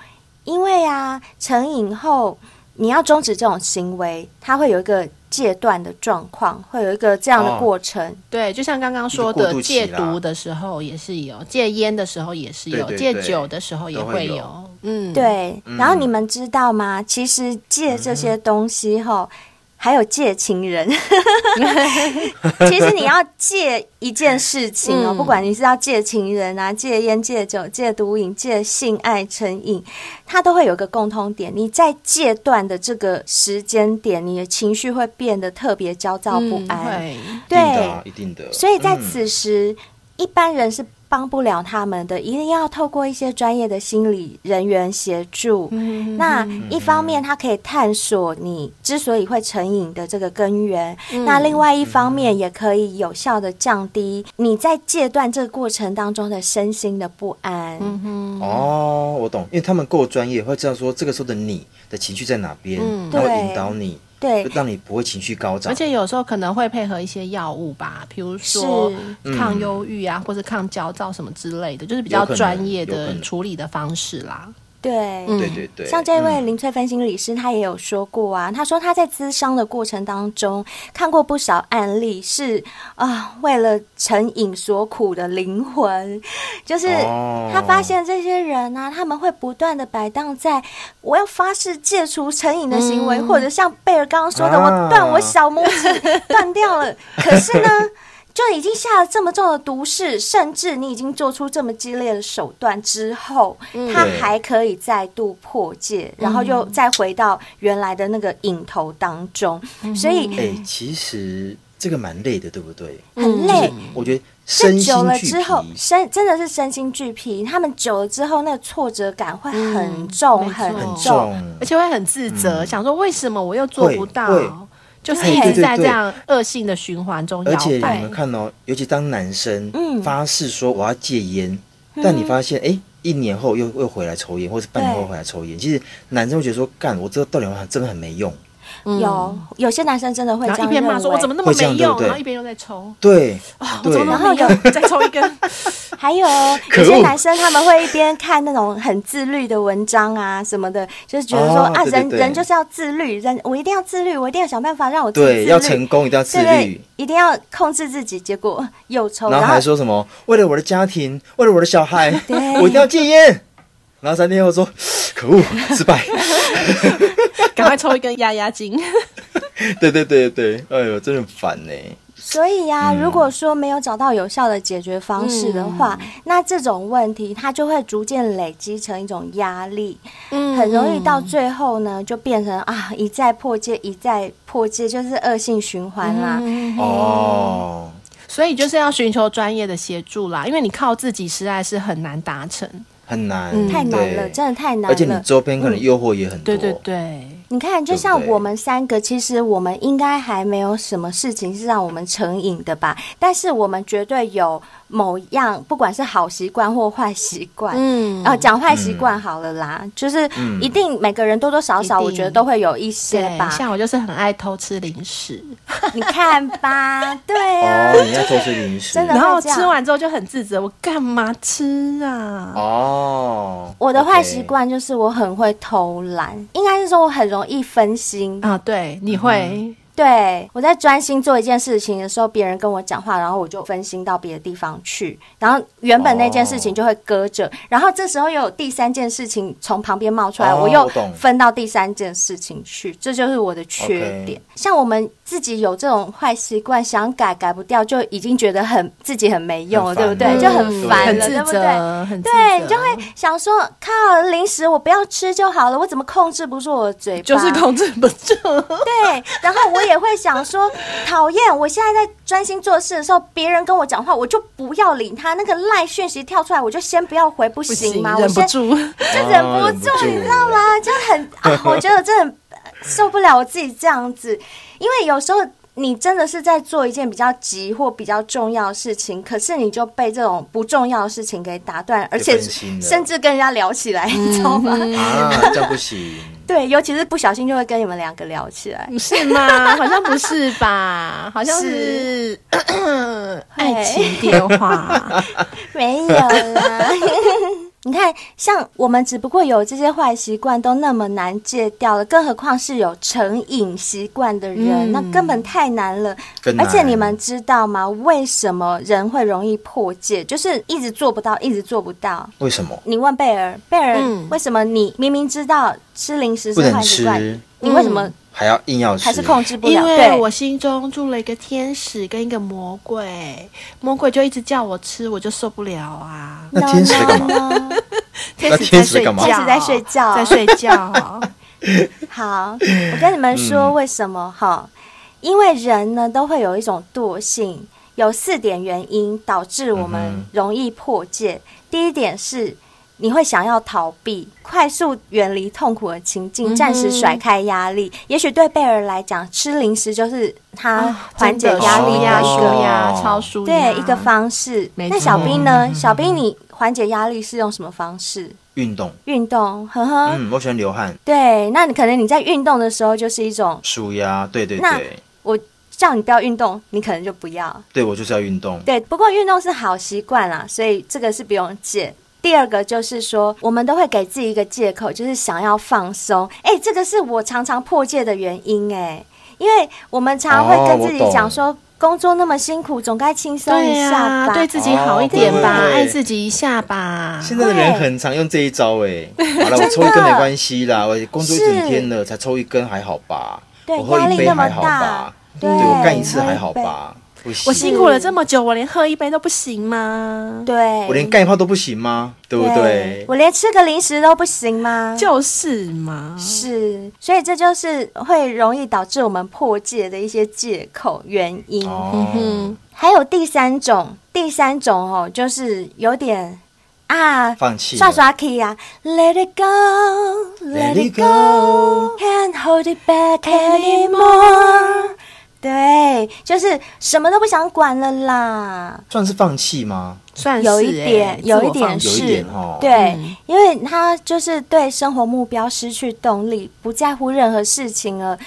Speaker 3: 因为啊，成瘾后你要终止这种行为，它会有一个戒断的状况，会有一个这样的
Speaker 4: 哦
Speaker 3: 过程。
Speaker 1: 对，就像刚刚说
Speaker 4: 一个过
Speaker 1: 的，
Speaker 4: 渡期
Speaker 1: 戒
Speaker 4: 啦
Speaker 1: 毒的时候也是有，戒烟的时候也是有，
Speaker 4: 对对
Speaker 1: 戒
Speaker 4: 对
Speaker 1: 酒的时候也
Speaker 4: 都
Speaker 1: 会
Speaker 4: 会有
Speaker 1: 有。嗯，，
Speaker 3: 对，然后你们知道吗？其实借这些东西后，
Speaker 1: 嗯
Speaker 3: 还有借情 人。其实你要借一件事情哦，
Speaker 1: 嗯
Speaker 3: 不管你是要借情人啊、戒烟、戒酒、戒毒瘾、戒性爱成瘾，它都会有个共通点。你在戒断的这个时间点，你的情绪会变得特别焦躁不
Speaker 1: 嗯
Speaker 3: 安。
Speaker 1: 会
Speaker 3: 对，
Speaker 4: 一定的啊，一定的。
Speaker 3: 所以在
Speaker 4: 嗯
Speaker 3: 此时，一般人是帮不了他们的，一定要透过一些专业的心理人员协助。
Speaker 1: 嗯
Speaker 3: 那一方面，他可以探索你之所以会成瘾的这个根源；那另外一方面，也可以有效的降低你在戒断这个过程当中的身心的不安。
Speaker 1: 嗯
Speaker 4: 哦，我懂，因为他们够专业，会知道说这个时候的你的情绪在哪边，然后
Speaker 3: 对
Speaker 4: 引导你，
Speaker 3: 对
Speaker 4: 就让你不会情绪高涨。
Speaker 1: 而且有时候可能会配合一些药物吧，比如说
Speaker 4: 是
Speaker 1: 抗忧郁啊，或者抗焦躁什么之类的，就是比较
Speaker 4: 有可能
Speaker 1: 专业
Speaker 4: 有可
Speaker 1: 的
Speaker 4: 能
Speaker 1: 处理的方式啦。
Speaker 3: 对，
Speaker 1: 嗯
Speaker 4: 对对对，
Speaker 3: 像这位
Speaker 4: 嗯
Speaker 3: 林翠芬心理师，他也有说过啊，他说他在咨商的过程当中，看过不少案例是啊、为了成瘾所苦的灵魂，就是
Speaker 4: 哦
Speaker 3: 他发现这些人呢、他们会不断的摆荡在我要发誓戒除成瘾的行为，或者像贝尔刚刚说的，
Speaker 4: 嗯啊
Speaker 3: 我断我小拇指断掉了，可是呢。就已经下了这么重的毒誓，甚至你已经做出这么激烈的手段之后，他
Speaker 4: 对
Speaker 3: 还可以再度破戒，然后
Speaker 1: 嗯
Speaker 3: 又再回到原来的那个瘾头当中，
Speaker 1: 嗯
Speaker 3: 所以
Speaker 4: 哎、其实这个蛮累的，对不对？
Speaker 3: 很累。
Speaker 4: 我觉得身
Speaker 3: 嗯这
Speaker 4: 心
Speaker 3: 久了
Speaker 4: 俱
Speaker 3: 之后，
Speaker 4: 疲
Speaker 3: 身真的是身心俱疲。他们久了之后，那个挫折感会很重、
Speaker 1: 嗯没错
Speaker 3: 很
Speaker 4: 很
Speaker 3: 重。
Speaker 4: 重
Speaker 1: 而，且会很自责，想说为什么我又做不
Speaker 4: 嗯会会
Speaker 1: 到，就是
Speaker 3: 对
Speaker 1: 一直在
Speaker 4: 对对对
Speaker 1: 这样恶性的循环中
Speaker 4: 而
Speaker 1: 摇
Speaker 4: 且你
Speaker 1: 摆
Speaker 4: 们。看哦，尤其当男生
Speaker 3: 嗯
Speaker 4: 发誓说我要戒烟，但你发现哎、一年后又又回来抽烟，或是半年后
Speaker 3: 对哦
Speaker 4: 回来抽烟，其实男生会觉得说，干，我这个到底好像真的很没用，
Speaker 3: 有有些男生真的会
Speaker 1: 嗯然
Speaker 3: 这
Speaker 1: 后一
Speaker 3: 样
Speaker 1: 边骂
Speaker 3: 认
Speaker 1: 说我怎
Speaker 3: 为。
Speaker 1: 么那么
Speaker 4: 会这
Speaker 1: 没
Speaker 4: 样
Speaker 1: 用，
Speaker 4: 对不对
Speaker 1: 然后一边又在抽，
Speaker 4: 对
Speaker 1: 啊，我
Speaker 4: 对
Speaker 1: 抽，到没用，再抽一 根，
Speaker 3: 还有哦
Speaker 4: 可
Speaker 3: 有
Speaker 4: 恶
Speaker 3: 些男生他们会一边看那种很自律的文章啊什么的，就是觉得说、
Speaker 4: 哦
Speaker 3: 啊，
Speaker 4: 对对
Speaker 3: 人
Speaker 4: 对
Speaker 3: 人就是要自律，人我一定要自律，我一定要想办法让我自己自
Speaker 4: 对，
Speaker 3: 律，
Speaker 4: 要成功一定要自
Speaker 3: 对
Speaker 4: 律
Speaker 3: 对。，啊一定要控制自己。结果又抽，
Speaker 4: 然后还说什么为了我的家庭，为了我的小孩，我一定要戒烟。然后三天后说，可恶，失败。
Speaker 1: 赶快抽一根压压惊。
Speaker 4: 对对对对，哎呦，真的很烦呢、
Speaker 3: 所以呀、
Speaker 4: 嗯
Speaker 3: 如果说没有找到有效的解决方式的话，
Speaker 4: 嗯
Speaker 3: 那这种问题它就会逐渐累积成一种压力，
Speaker 1: 嗯
Speaker 3: 很容易到最后呢，就变成
Speaker 4: 嗯
Speaker 3: 啊一再破戒，一再破戒，就是恶性循环啦。
Speaker 4: 嗯哦，
Speaker 1: 所以就是要寻求专业的协助啦，因为你靠自己实在是很难达成。
Speaker 4: 很难，
Speaker 3: 嗯太难了，
Speaker 4: 对
Speaker 3: 真的太难
Speaker 4: 而且你
Speaker 3: 了。
Speaker 4: 周边可能诱惑也很多。
Speaker 1: 对对对，
Speaker 3: 你看，就
Speaker 4: 对
Speaker 3: 像
Speaker 4: 不对
Speaker 3: 我们三个，其实我们应该还没有什么事情是让我们成瘾的吧？但是我们绝对有某样，不管是好习惯或坏习惯，
Speaker 1: 嗯
Speaker 3: 啊，讲坏习惯好了啦，
Speaker 4: 嗯
Speaker 3: 就是一定每个人多多少少，
Speaker 1: 嗯一定
Speaker 3: 我觉得都会有一些
Speaker 1: 对
Speaker 3: 吧。
Speaker 1: 像我就是很爱偷吃零食，
Speaker 3: 你看 吧，对啊，
Speaker 4: 哦，你要偷吃零食。
Speaker 3: 真的
Speaker 1: 然后
Speaker 3: 会这样
Speaker 1: 吃完之后就很自责，我干嘛吃啊？
Speaker 4: 哦，
Speaker 3: 我的坏
Speaker 4: OK
Speaker 3: 习。惯就是我很会偷懒，应该是说我很容易分心。
Speaker 1: 啊，对，你
Speaker 4: 嗯
Speaker 1: 会，
Speaker 3: 对我在专心做一件事情的时候，别人跟我讲话，然后我就分心到别的地方去，然后原本那件事情就会搁着，然后这时候又有第三件事情从旁边冒出来，
Speaker 4: 哦
Speaker 3: 我又
Speaker 4: 我懂
Speaker 3: 分到第三件事情去，这就是我的缺点。
Speaker 4: OK
Speaker 3: 像我们自己有这种坏习惯，想改改不掉，就已经觉得很自己很没用了，
Speaker 4: 很
Speaker 3: 对
Speaker 4: 烦嗯
Speaker 3: 不对？
Speaker 4: 了
Speaker 3: 就很烦
Speaker 1: 很
Speaker 3: 了，
Speaker 1: 自
Speaker 3: 对不对？
Speaker 1: 责，很自
Speaker 3: 对，你
Speaker 1: 责，
Speaker 3: 就会想说，靠，零食我不要吃就好了，我怎么控制不住我的嘴巴？
Speaker 1: 就是控制不住。
Speaker 3: 对，然后我也会想说，讨厌，我现在在专心做事的时候，别人跟我讲话，我就不要理他。那个赖讯息跳出来，我就先不要回，不
Speaker 1: 不行
Speaker 3: 行吗？，我
Speaker 1: 忍不
Speaker 3: 先
Speaker 1: 住，
Speaker 3: 就忍不
Speaker 4: 哦
Speaker 3: 住，你知道？吗？就很啊，我觉得真的很呃受不了我自己这样子，因为有时候。你真的是在做一件比较急或比较重要的事情，可是你就被这种不重要的事情给打断，而且
Speaker 4: 分心了
Speaker 3: 甚至跟人家聊起来，你知道吗？
Speaker 1: 嗯
Speaker 4: 啊，这样不行。
Speaker 3: 对，尤其是不小心就会跟你们两个聊起来。
Speaker 1: 是吗？好像不是吧？好像 是爱情电话，
Speaker 3: 没有啦。 你看，像我们只不过有这些坏习惯都那么难戒掉了，更何况是有成瘾习惯的人，
Speaker 1: 嗯
Speaker 3: 那根本太难了。
Speaker 4: 更难
Speaker 3: 而且你们知道吗？为什么人会容易破戒？就是一直做不到，一直做不到。
Speaker 4: 为什么？
Speaker 3: 你问贝尔，贝尔，
Speaker 1: 嗯
Speaker 3: 为什么你明明知道吃零食是
Speaker 4: 不能
Speaker 3: 坏习惯
Speaker 4: 吃，
Speaker 3: 你为什么
Speaker 4: 还要硬要吃？
Speaker 3: 还是控制
Speaker 1: 嗯
Speaker 3: 不
Speaker 1: 因
Speaker 3: 了？
Speaker 1: 为
Speaker 3: 对，
Speaker 1: 我心中住了一个天使跟一个魔鬼，魔鬼就一直叫我吃，我就受不了啊。
Speaker 4: 那天使干嘛？
Speaker 3: No, no, no
Speaker 1: 天
Speaker 4: 那
Speaker 1: 使在
Speaker 4: 天使
Speaker 1: 睡
Speaker 4: 干嘛
Speaker 1: 觉，
Speaker 3: 天使在睡觉啊
Speaker 1: 在睡 觉。
Speaker 3: 好，我跟你们说为什么哈、因为人呢都会有一种惰性，有四点原因导致我们
Speaker 4: 嗯
Speaker 3: 容易破戒。第一点是你会想要逃避，快速远离痛苦的情境，暂时甩开压力。也许对贝尔来讲，吃零食就是他
Speaker 1: 啊
Speaker 3: 缓解压力
Speaker 1: 呀、
Speaker 3: 的一
Speaker 1: 舒
Speaker 3: 个、
Speaker 1: 压、
Speaker 4: 哦
Speaker 1: 超舒压，
Speaker 3: 对一个方式。
Speaker 1: 没
Speaker 3: 那
Speaker 1: 错
Speaker 3: 小兵呢？小兵，你缓解压力是用什么方式？
Speaker 4: 运动。
Speaker 3: 运动，呵呵。
Speaker 4: 嗯，我喜欢流汗、
Speaker 3: 对，那你可能你在运动的时候就是一种
Speaker 4: 舒压。对对
Speaker 3: 那
Speaker 4: 对，
Speaker 3: 我叫你不要运动，你可能就不要。
Speaker 4: 对我就是要运动。
Speaker 3: 对，不过运动是好习惯啦，所以这个是不用戒。第二个就是说，我们都会给自己一个借口，就是想要放松。哎、这个是我常常破戒的原因哎、因为我们常常会
Speaker 4: 哦
Speaker 3: 跟自
Speaker 4: 我
Speaker 3: 己
Speaker 4: 懂
Speaker 3: 讲说，工作那么辛苦，总该轻松一
Speaker 1: 对
Speaker 3: 下
Speaker 1: 呀、
Speaker 3: 吧。
Speaker 1: 对自己好一点吧，
Speaker 4: 哦对
Speaker 1: 爱自己一下吧。
Speaker 4: 啊现在的人很常用这一招哎、好了，我抽一根没关系啦，我工作一整天了，才抽一根还好吧？
Speaker 3: 对
Speaker 4: 我喝
Speaker 3: 压力
Speaker 4: 一杯
Speaker 3: 那么
Speaker 4: 还好吧？
Speaker 3: 对
Speaker 4: 对我干一次
Speaker 3: 喝一
Speaker 4: 还好
Speaker 3: 杯
Speaker 4: 吧？不行，
Speaker 1: 我辛苦了这么久，我连喝一杯都不行吗？
Speaker 3: 对，
Speaker 4: 我连干一炮都不行吗？对不对？
Speaker 3: 我连吃个零食都不行吗？
Speaker 1: 就是嘛，
Speaker 3: 是，所以这就是会容易导致我们破戒的一些借口原因。
Speaker 4: 哦，
Speaker 1: 嗯，
Speaker 3: 还有第三种，第三种哦，就是有点啊，
Speaker 4: 放弃了
Speaker 3: 刷刷 key 啊，Let it go，Let
Speaker 4: Let
Speaker 3: it
Speaker 4: it go，
Speaker 3: go，Can't hold it back anymore。对，就是什么都不想管了啦。
Speaker 4: 算是放弃吗？
Speaker 1: 算是、欸、
Speaker 3: 有一点，有一点
Speaker 4: 有一
Speaker 3: 是
Speaker 4: 点，哦
Speaker 3: 对
Speaker 1: 嗯，
Speaker 3: 因为他就是对生活目标失去动力，不在乎任何事情了，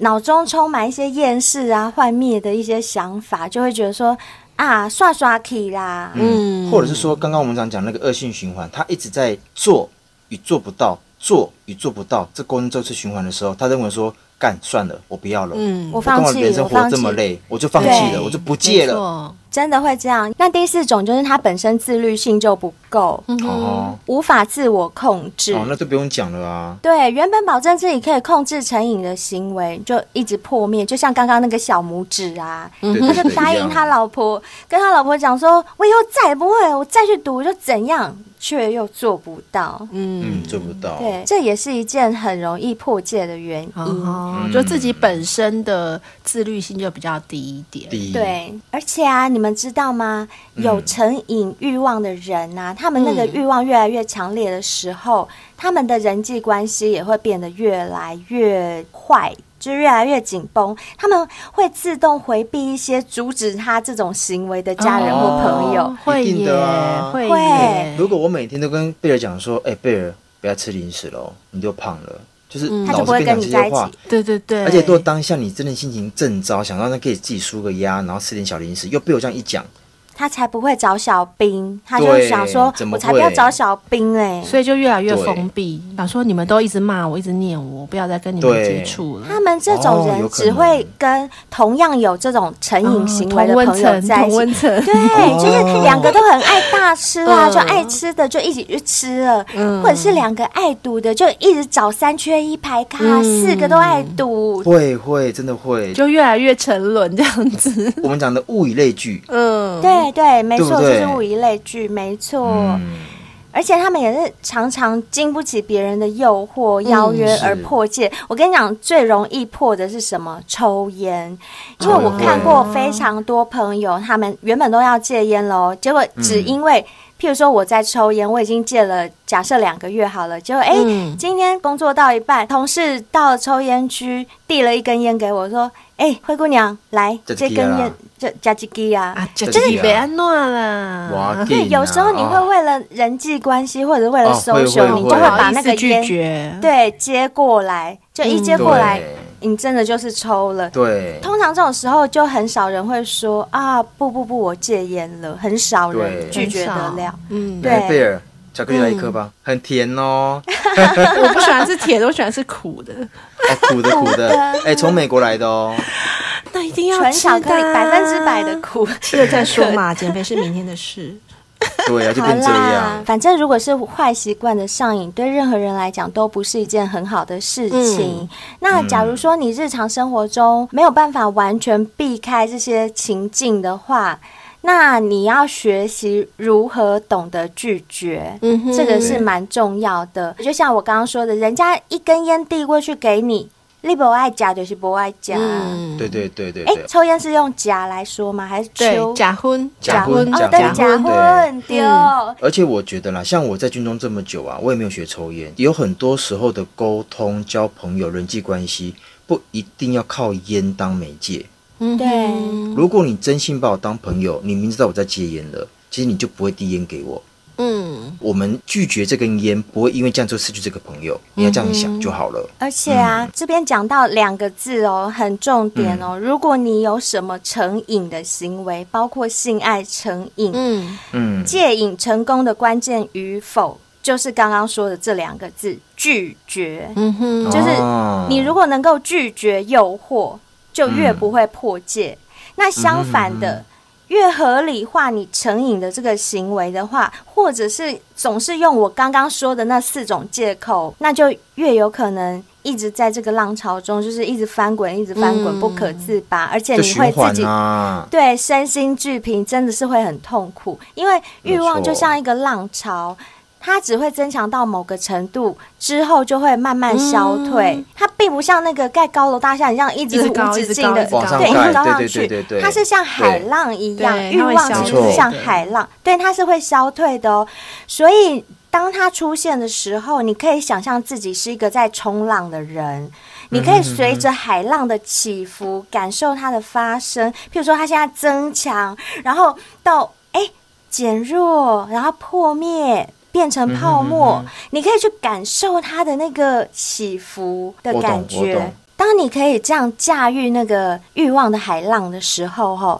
Speaker 3: 脑中充满一些厌世啊、幻灭的一些想法，就会觉得说啊，刷刷 k 啦，
Speaker 1: 嗯
Speaker 4: 或者是说，刚刚我们讲讲那个恶性循环，他一直在做与做不到，做与做不到，这过程周次循环的时候，他认为说干算了，我不要了，
Speaker 1: 嗯
Speaker 3: 我
Speaker 4: 我干
Speaker 3: 放
Speaker 4: 嘛
Speaker 3: 弃，
Speaker 4: 人生
Speaker 3: 我
Speaker 4: 活
Speaker 3: 放
Speaker 4: 这么
Speaker 3: 弃。
Speaker 4: 累，我就放弃
Speaker 3: 对
Speaker 4: 了，我就不戒了。
Speaker 1: 了，
Speaker 3: 真的会这样。那第四种就是他本身自律性就不够，
Speaker 1: 嗯
Speaker 4: 哦，
Speaker 3: 无法自我控制。
Speaker 4: 哦，那就不用讲了啊。
Speaker 3: 对，原本保证自己可以控制成瘾的行为，就一直破灭，就像刚刚那个小拇指啊，
Speaker 4: 对
Speaker 3: 他
Speaker 4: 嗯对
Speaker 3: 就
Speaker 4: 对，
Speaker 3: 答
Speaker 4: 一
Speaker 3: 应
Speaker 4: 样
Speaker 3: 他老婆，跟他老婆讲说，我以后再也不会，我再去赌就怎样，却又做不到。
Speaker 1: 嗯
Speaker 4: 嗯，做不到。
Speaker 3: 对，这也是一件很容易破戒的原因。嗯
Speaker 1: 哦，就自己本身的自律性就比较低一点，
Speaker 4: 第一，
Speaker 3: 对，而且啊，你们知道吗？
Speaker 4: 嗯
Speaker 3: 有成瘾欲望的人呐、他们那个
Speaker 1: 嗯
Speaker 3: 欲望越来越强烈的时
Speaker 4: 嗯
Speaker 3: 候，他们的人际关系也会变得越来越坏。就越来越紧绷，他们会自动回避一些阻止他这种行为的家人或朋友。
Speaker 1: 哦会
Speaker 4: 一定
Speaker 1: 耶
Speaker 4: 的啊，
Speaker 1: 会
Speaker 3: 会
Speaker 1: 耶，
Speaker 4: 如果我每天都跟贝尔讲说，哎、贝尔，不要吃零食喽，你就胖了，就是
Speaker 1: 嗯
Speaker 3: 他就
Speaker 4: 老
Speaker 3: 不
Speaker 4: 是
Speaker 3: 会
Speaker 4: 跟你
Speaker 3: 跟
Speaker 4: 讲
Speaker 3: 你在
Speaker 4: 这些
Speaker 3: 一起
Speaker 4: 话，
Speaker 1: 对对对，
Speaker 4: 而且如果当下你真的心情正糟，想到那可以自己舒个压，然后吃点小零食，又被我这样一讲，
Speaker 3: 他才不会找小兵，他就会
Speaker 4: 对
Speaker 3: 想说
Speaker 4: 怎：“么
Speaker 3: 我才不要
Speaker 4: 会
Speaker 3: 找小兵欸嘞、
Speaker 1: 所以就越来越
Speaker 4: 对
Speaker 1: 封闭，想说你们都一直骂我，一直念我，不要再跟你们
Speaker 4: 对
Speaker 1: 接触了。
Speaker 3: 他们这种
Speaker 4: 哦
Speaker 3: 人
Speaker 4: 有可
Speaker 3: 只会
Speaker 4: 能
Speaker 3: 跟同样有这种成瘾嗯行为的
Speaker 1: 哦
Speaker 3: 朋友在
Speaker 1: 同
Speaker 3: 一起，
Speaker 1: 温层，同温层，
Speaker 3: 对，就是
Speaker 4: 哦
Speaker 3: 两个都很爱大吃啊，
Speaker 1: 嗯
Speaker 3: 就爱吃的就一起去吃了，
Speaker 1: 嗯
Speaker 3: 或者是两个爱赌的就一直找三缺一排咖，
Speaker 1: 嗯
Speaker 3: 四个都爱赌。
Speaker 4: 会会真的 会，
Speaker 1: 就越来越沉沦这样子。
Speaker 4: 我们讲的物以类聚，
Speaker 1: 嗯，
Speaker 3: 对对，没错，
Speaker 4: 对不
Speaker 3: 就
Speaker 4: 对
Speaker 3: 是物以类聚，没错。
Speaker 4: 嗯，
Speaker 3: 而且他们也是常常经不起别人的诱惑、邀约
Speaker 4: 是
Speaker 3: 而破戒。我跟你讲，最容易破的是什么？抽烟。因为
Speaker 4: 哦
Speaker 3: 我看过
Speaker 1: 对
Speaker 3: 非常多朋友，他们原本都要戒烟喽，结果只因为，譬如说我在抽烟，我已经戒了，假设两个月好了，结果哎、
Speaker 1: 嗯
Speaker 3: 今天工作到一半，同事到了抽烟区递了一根烟给我，说：“哎、灰姑娘，来这
Speaker 4: 这支
Speaker 3: 根
Speaker 4: 烟啊
Speaker 3: 烟，这加几根啊。”
Speaker 1: 啊，就
Speaker 4: 这
Speaker 1: 是
Speaker 4: 是
Speaker 1: 你别安诺啦。
Speaker 4: 哇，
Speaker 3: 对，
Speaker 4: 劲啊
Speaker 3: 有时候你会
Speaker 4: 哦
Speaker 3: 为了人际关系或者为了
Speaker 4: 哦会
Speaker 3: social，、
Speaker 4: 会
Speaker 3: 你
Speaker 4: 会
Speaker 1: 不
Speaker 3: 就会
Speaker 1: 好
Speaker 3: 把
Speaker 1: 意
Speaker 3: 那
Speaker 1: 思
Speaker 3: 个
Speaker 1: 哦拒
Speaker 3: 烟
Speaker 1: 绝。
Speaker 3: 对接过来，就一接
Speaker 1: 嗯
Speaker 3: 过来，
Speaker 4: 对
Speaker 3: 你真的就是抽了。
Speaker 4: 对，
Speaker 3: 通常这种时候就很少人会说啊，不不不，我戒烟了，很少人
Speaker 4: 对
Speaker 3: 拒绝得
Speaker 1: 很
Speaker 3: 了
Speaker 1: 少。嗯，
Speaker 3: 对嗯
Speaker 4: 来贝尔，巧克力来一颗吧，很甜哦，
Speaker 1: 我不喜欢吃甜的，我喜欢吃苦的。
Speaker 4: 哦苦的 苦的，哎，从美国来的哦，
Speaker 1: 那一定要
Speaker 3: 纯
Speaker 1: 吃
Speaker 3: 巧克力
Speaker 1: 的啊
Speaker 3: 百分之百的 苦，
Speaker 1: 吃了再说嘛，减肥是明天的事。
Speaker 4: 对啊，就
Speaker 3: 好
Speaker 4: 变这
Speaker 3: 啦
Speaker 4: 样，，
Speaker 3: 反正如果是坏习惯的上瘾，对任何人来讲都不是一件很好的事情。那假如说你日常生活中没有办法完全避开这些情境的话，那你要学习如何懂得拒绝。
Speaker 1: 嗯哼
Speaker 3: 这个是蛮重要的，就像我刚刚说的，人家一根烟递过去给你，你不爱夹就是不爱夹。
Speaker 1: 嗯，
Speaker 4: 对对对对
Speaker 3: 哎、
Speaker 4: 对，
Speaker 3: 抽烟是用夹来说吗？还是
Speaker 1: 对，
Speaker 3: 抽？
Speaker 1: 假婚，
Speaker 4: 假婚
Speaker 3: 哦，
Speaker 1: 假
Speaker 3: 对，
Speaker 4: 假
Speaker 3: 夹
Speaker 1: 婚
Speaker 4: 婚。
Speaker 3: 混丢。
Speaker 4: 而且我觉得啦，像我在军中这么久啊，我也没有学抽烟，有很多时候的沟通、交朋友、人际关系，不一定要靠烟当媒介。
Speaker 1: 嗯
Speaker 3: 对
Speaker 1: 哼
Speaker 4: 如果你真心把我当朋友，你明知道我在戒烟了，其实你就不会递烟给我。
Speaker 1: 嗯，
Speaker 4: 我们拒绝这根烟，不会因为这样就失去这个朋友。你要这样想就好了。
Speaker 3: 而且啊，这边讲到两个字哦，很重点哦。如果你有什么成瘾的行为，包括性爱成瘾、
Speaker 1: 嗯，
Speaker 4: 嗯，
Speaker 3: 戒瘾成功的关键与否，就是刚刚说的这两个字——拒绝。
Speaker 1: 嗯哼，
Speaker 3: 就是
Speaker 4: 哦
Speaker 3: 你如果能够拒绝诱惑，就越不会破戒。
Speaker 4: 嗯
Speaker 3: 那相反的，越合理化你成瘾的这个行为的话，或者是总是用我刚刚说的那四种借口，那就越有可能。一直在这个浪潮中，就是一直翻滚，一直翻滚，
Speaker 1: 嗯
Speaker 3: 不可自拔，而且
Speaker 4: 就
Speaker 3: 你
Speaker 4: 循
Speaker 3: 会自
Speaker 4: 环
Speaker 3: 己
Speaker 4: 啊，
Speaker 3: 对身心俱疲，真的是会很痛苦，因为欲望
Speaker 4: 没错
Speaker 3: 就像一个浪潮。它只会增强到某个程度之后，就会慢慢消退。
Speaker 1: 嗯
Speaker 3: 它并不像那个盖高楼大厦一样，一
Speaker 1: 一
Speaker 3: 直
Speaker 1: 直
Speaker 3: 无
Speaker 1: 高
Speaker 3: 止
Speaker 1: 一直
Speaker 3: 境
Speaker 1: 高
Speaker 3: 的
Speaker 1: 一直高
Speaker 3: 对，一直高
Speaker 4: 对
Speaker 3: 上
Speaker 4: 对
Speaker 3: 去。
Speaker 4: 对对对
Speaker 3: 它是像海
Speaker 4: 对
Speaker 3: 浪一样，
Speaker 1: 对
Speaker 3: 欲
Speaker 1: 它会
Speaker 3: 望
Speaker 1: 消
Speaker 3: 其
Speaker 4: 退
Speaker 3: 实是像
Speaker 1: 的
Speaker 3: 海浪，对，它是会消退的哦。所以当它出现的时候，你可以想象自己是一个在冲浪的人，你
Speaker 4: 嗯
Speaker 3: 可以随着海浪的起伏感受它的发生。譬如说，它现在增强，然后到哎减弱，然后破灭。变成泡
Speaker 4: 嗯
Speaker 3: 沫，你可以去感受它的那个起伏的
Speaker 4: 我懂
Speaker 3: 感
Speaker 4: 我
Speaker 3: 觉
Speaker 4: 懂。
Speaker 3: 当你可以这样驾驭那个欲望的海浪的时候，吼，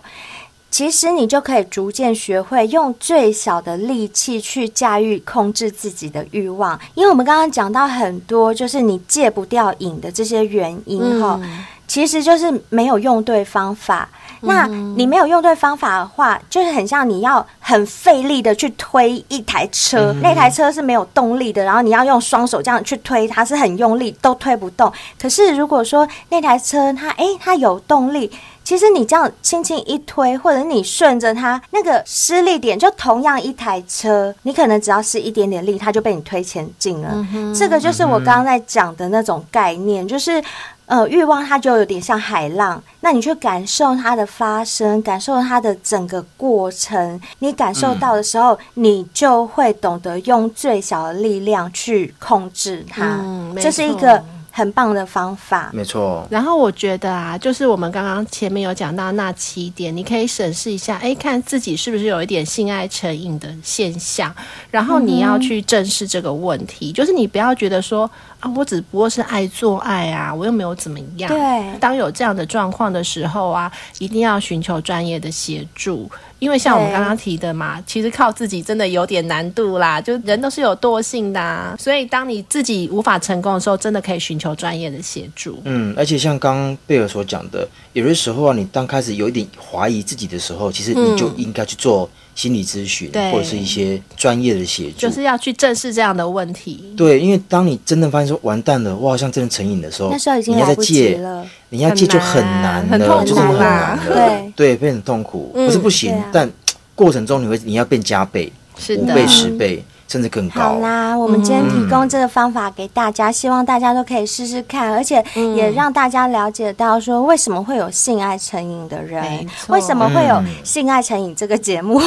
Speaker 3: 其实你就可以逐渐学会用最小的力气去驾驭、控制自己的欲望。因为我们刚刚讲到很多，就是你戒不掉瘾的这些原因哈、其实就是没有用对方法。那你没有用对方法的话，就是很像你要很费力的去推一台车，那台车是没有动力的，然后你要用双手这样去推，它是很用力，都推不动。可是如果说那台车它诶，它有动力，其实你这样轻轻一推，或者你顺着它那个施力点，就同样一台车，你可能只要施一点点力，它就被你推前进了。这个就是我刚刚在讲的那种概念，就是。呃，欲望它就有点像海浪，那你去感受它的发生，感受它的整个过程，你感受到的时
Speaker 1: 嗯
Speaker 3: 候，你就会懂得用最小的力量去控制它。
Speaker 1: 嗯没
Speaker 3: 这是一
Speaker 1: 错
Speaker 3: 个很棒的方法。
Speaker 4: 没错，
Speaker 1: 然后我觉得啊，就是我们刚刚前面有讲到那七点，你可以审视一下，哎，看自己是不是有一点性爱成瘾的现象，然后你要去正视这个问题，就是你不要觉得说啊，我只不过是爱做爱啊，我又没有怎么样。
Speaker 3: 对
Speaker 1: 当有这样的状况的时候啊，一定要寻求专业的协助。因为像我们
Speaker 3: 对
Speaker 1: 刚刚提的嘛，其实靠自己真的有点难度啦，就人都是有惰性的、啊，所以当你自己无法成功的时候，真的可以寻求专业的协助。
Speaker 4: 嗯，而且像刚刚贝尔所讲的，有的时候啊，你当开始有一点怀疑自己的时候，其实你就应该去做心理咨询、
Speaker 1: 对
Speaker 4: 或者是一些专业的协助。
Speaker 1: 就是要去正视这样的问题。
Speaker 4: 对，因为当你真的发现说完蛋了，我好像真的成瘾的时候，
Speaker 3: 那时候已经
Speaker 4: 你要
Speaker 3: 来
Speaker 4: 再
Speaker 3: 不及
Speaker 4: 戒，
Speaker 3: 了。
Speaker 4: 你要戒就很难
Speaker 1: 很
Speaker 4: 了，
Speaker 1: 痛
Speaker 4: 就
Speaker 3: 苦
Speaker 4: 是很
Speaker 3: 啦
Speaker 4: 难了
Speaker 3: 对，
Speaker 4: 对，会很痛苦，不是不行，
Speaker 3: 对啊
Speaker 4: 但过程中你会你要变加倍、
Speaker 1: 是
Speaker 4: 五
Speaker 1: 的，
Speaker 4: 倍、十倍，甚至更
Speaker 3: 好
Speaker 4: 高。
Speaker 3: 啦，我们今天提供这个方法给大
Speaker 1: 嗯
Speaker 3: 家，希望大家都可以试试看，而且也让大家了解到说为什么会有性爱成瘾的人
Speaker 1: 没，错嗯
Speaker 3: 为什么会有性爱成瘾这个 节目，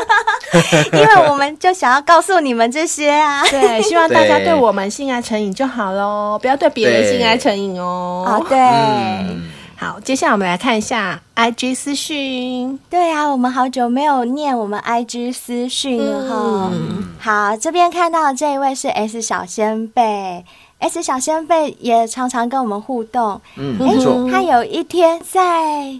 Speaker 3: 因为我们就想要告诉你们这些啊。
Speaker 1: 对，希望大家对
Speaker 4: 对
Speaker 1: 我们性爱成瘾就好喽，不要对别人性爱成瘾哦。
Speaker 3: 啊，对、
Speaker 4: 嗯，
Speaker 1: 好，接下来我们来看一下 IG 私讯。
Speaker 3: 对啊，我们好久没有念我们 IG 私讯了哈。
Speaker 1: 嗯
Speaker 3: 好，这边看到的这一位是 S 小仙贝，S 小仙贝也常常跟我们互动。
Speaker 4: 嗯，
Speaker 3: 哎
Speaker 4: 没错，，
Speaker 3: 他有一天在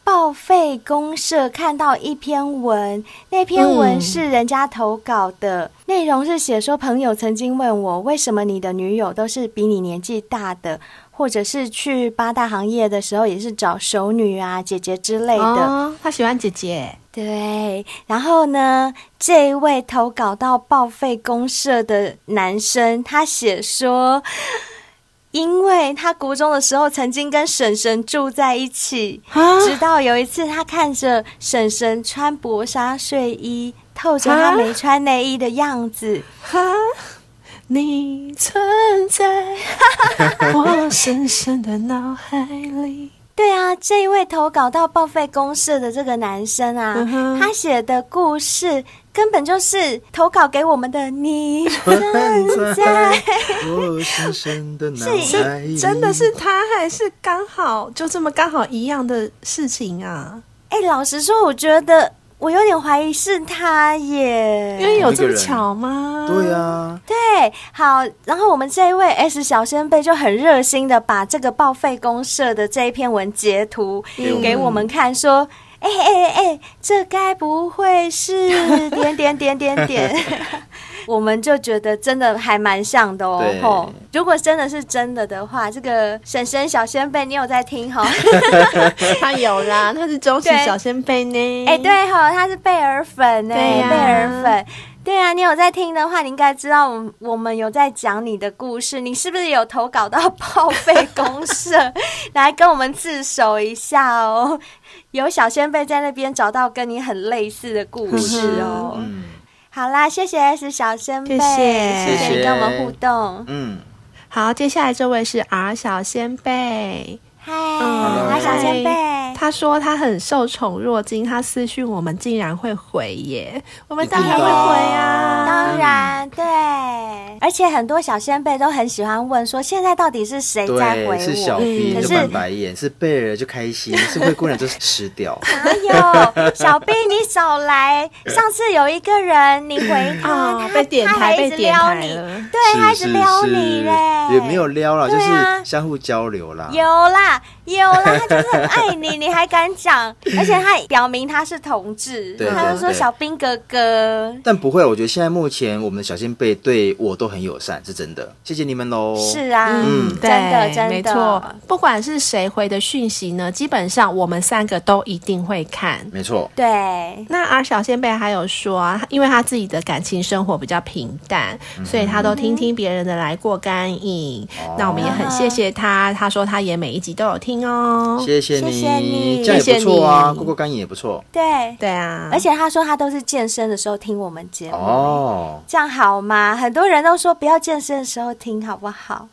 Speaker 3: 报废公社看到一篇文，那篇
Speaker 4: 嗯
Speaker 3: 文是人家投稿的，内容是写说朋友曾经问我，为什么你的女友都是比你年纪大的，或者是去八大行业的时候也是找熟女啊、姐姐之类的。
Speaker 1: 哦，他喜欢姐姐。
Speaker 3: 对，然后呢，这一位投稿到报废公社的男生，他写说，因为他国中的时候曾经跟婶婶住在一起，直到有一次他看着婶婶穿薄纱睡衣，透着她
Speaker 1: 啊
Speaker 3: 没穿内衣的样子，
Speaker 1: 哈，你存在我深深的脑海 里。
Speaker 3: 对啊，这一位投稿到报废公社的这个男生啊，
Speaker 1: 嗯哼
Speaker 3: 他写的故事根本就是投稿给我们的你存在。
Speaker 4: 我深深的脑
Speaker 3: 是
Speaker 4: 海里
Speaker 1: 是真的是他，还是刚好就这么刚好一样的事情啊？
Speaker 3: 哎、老实说，我觉得我有点怀疑是他耶，
Speaker 1: 因为有
Speaker 4: 同一
Speaker 1: 这么
Speaker 4: 个人
Speaker 1: 巧吗？
Speaker 4: 对啊，
Speaker 3: 对，好，然后我们这一位 S 小先辈就很热心的把这个报废公社的这一篇文截图给我们看，说。哎哎哎，这该不会是点点点点点？ 我们就觉得真的还蛮像的哦
Speaker 4: 对。
Speaker 3: 吼如果真的是真的的话，这个婶婶小先辈，你有在听吼？
Speaker 1: 他有啦，他是忠实
Speaker 3: 对
Speaker 1: 小先辈呢。
Speaker 3: 哎、对哈、他是贝尔粉呢、
Speaker 1: 对呀
Speaker 3: 贝尔粉。对啊，你有在听的话，你应该知道我们我们有在讲你的故事，你是不是有投稿到报废公 社来跟我们自首一下哦？有小先辈在那边找到跟你很类似的故事哦。
Speaker 4: 嗯
Speaker 3: 好啦，谢谢 S 小先辈，
Speaker 1: 谢谢
Speaker 3: 谢你跟我们互动。
Speaker 4: 嗯，
Speaker 1: 好，接下来这位是 R 小先辈，
Speaker 3: 嗨，
Speaker 1: 嗯
Speaker 3: 来小
Speaker 1: 嗨
Speaker 3: 先辈，
Speaker 1: 他说他很受宠若惊，他私讯我们竟然会回耶，我们当然会
Speaker 4: 一定的啊
Speaker 1: 回啊。
Speaker 3: 当然，对，而且很多小先辈都很喜欢问说，现在到底是谁在回我？
Speaker 4: 对，是小
Speaker 1: 嗯
Speaker 4: B
Speaker 3: 可
Speaker 4: 就是翻白眼，是贝尔就 开心，是灰姑娘就是吃掉。
Speaker 3: 哪有 哎小兵，你少来！上次有一个人，你回 他，
Speaker 1: 哦
Speaker 3: 他，
Speaker 1: 被点
Speaker 3: 他
Speaker 1: 台，
Speaker 3: 还一
Speaker 1: 被
Speaker 3: 直
Speaker 1: 点
Speaker 3: 撩
Speaker 1: 台
Speaker 3: 你，
Speaker 1: 了。
Speaker 3: 对，他一直
Speaker 4: 是
Speaker 3: 撩你
Speaker 4: 是
Speaker 3: 嘞，
Speaker 4: 也没有撩啦，就
Speaker 3: 对啊
Speaker 4: 是相互交流啦。
Speaker 3: 有啦，有啦，他就是很爱你，你还敢讲？而且他也表明他是同志，
Speaker 4: 对
Speaker 3: 他就
Speaker 4: 对
Speaker 3: 说
Speaker 4: 对
Speaker 3: 小兵哥哥。
Speaker 4: 但不会，我觉得现在目前我们的小先辈对我都很友善，是真的，谢谢你们喽。
Speaker 3: 是啊，
Speaker 1: 嗯，
Speaker 3: 真的
Speaker 1: 对
Speaker 3: 真的，
Speaker 1: 没错。不管是谁回的讯息呢，基本上我们三个都一定会看。
Speaker 4: 没错，
Speaker 3: 对，
Speaker 1: 那阿小先辈还有说啊，因为他自己的感情生活比较平淡，所以他都听听别人的来过干瘾。那我们也很谢谢他，他说他也每一集都有听哦。
Speaker 4: 谢谢
Speaker 3: 谢谢你
Speaker 4: 这样也不错
Speaker 1: 谢谢
Speaker 4: 啊，
Speaker 1: 你
Speaker 4: 过过干瘾也不错
Speaker 3: 对，
Speaker 1: 对啊，
Speaker 3: 而且他说他都是健身的时候听我们节目，
Speaker 4: 哦。
Speaker 3: 这样好吗？很多人都说不要健身的时候听，好不好？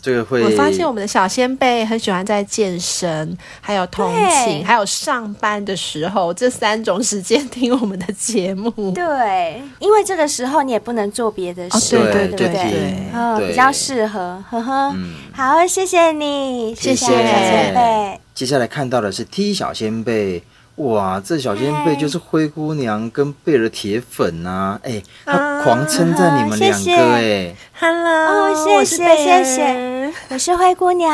Speaker 4: 这个会，
Speaker 1: 我发现我们的小先辈很喜欢在健身、还有通
Speaker 3: 对
Speaker 1: 勤、还有上班的时候这三种时间听我们的节目。
Speaker 3: 对，因为这个时候你也不能做别的事，
Speaker 1: 对
Speaker 4: 哦对
Speaker 1: 对
Speaker 3: 不
Speaker 4: 就
Speaker 1: 对对
Speaker 3: 对？
Speaker 4: 听
Speaker 3: 嗯，
Speaker 4: 对嗯
Speaker 3: 比较适合，呵呵。好，谢谢你，
Speaker 1: 谢
Speaker 3: 谢小前辈。
Speaker 4: 接下来看到的是 T 小先辈，哇，这小先辈
Speaker 3: 嗨
Speaker 4: 就是灰姑娘跟贝尔的铁粉呐、啊，哎、
Speaker 1: 啊
Speaker 4: 他狂称赞你们
Speaker 3: 谢
Speaker 4: 两
Speaker 3: 谢
Speaker 4: 个、哎，
Speaker 1: Hello，、
Speaker 3: 哦谢
Speaker 1: 我是
Speaker 3: 谢
Speaker 1: 贝尔
Speaker 3: 谢谢我是灰姑娘。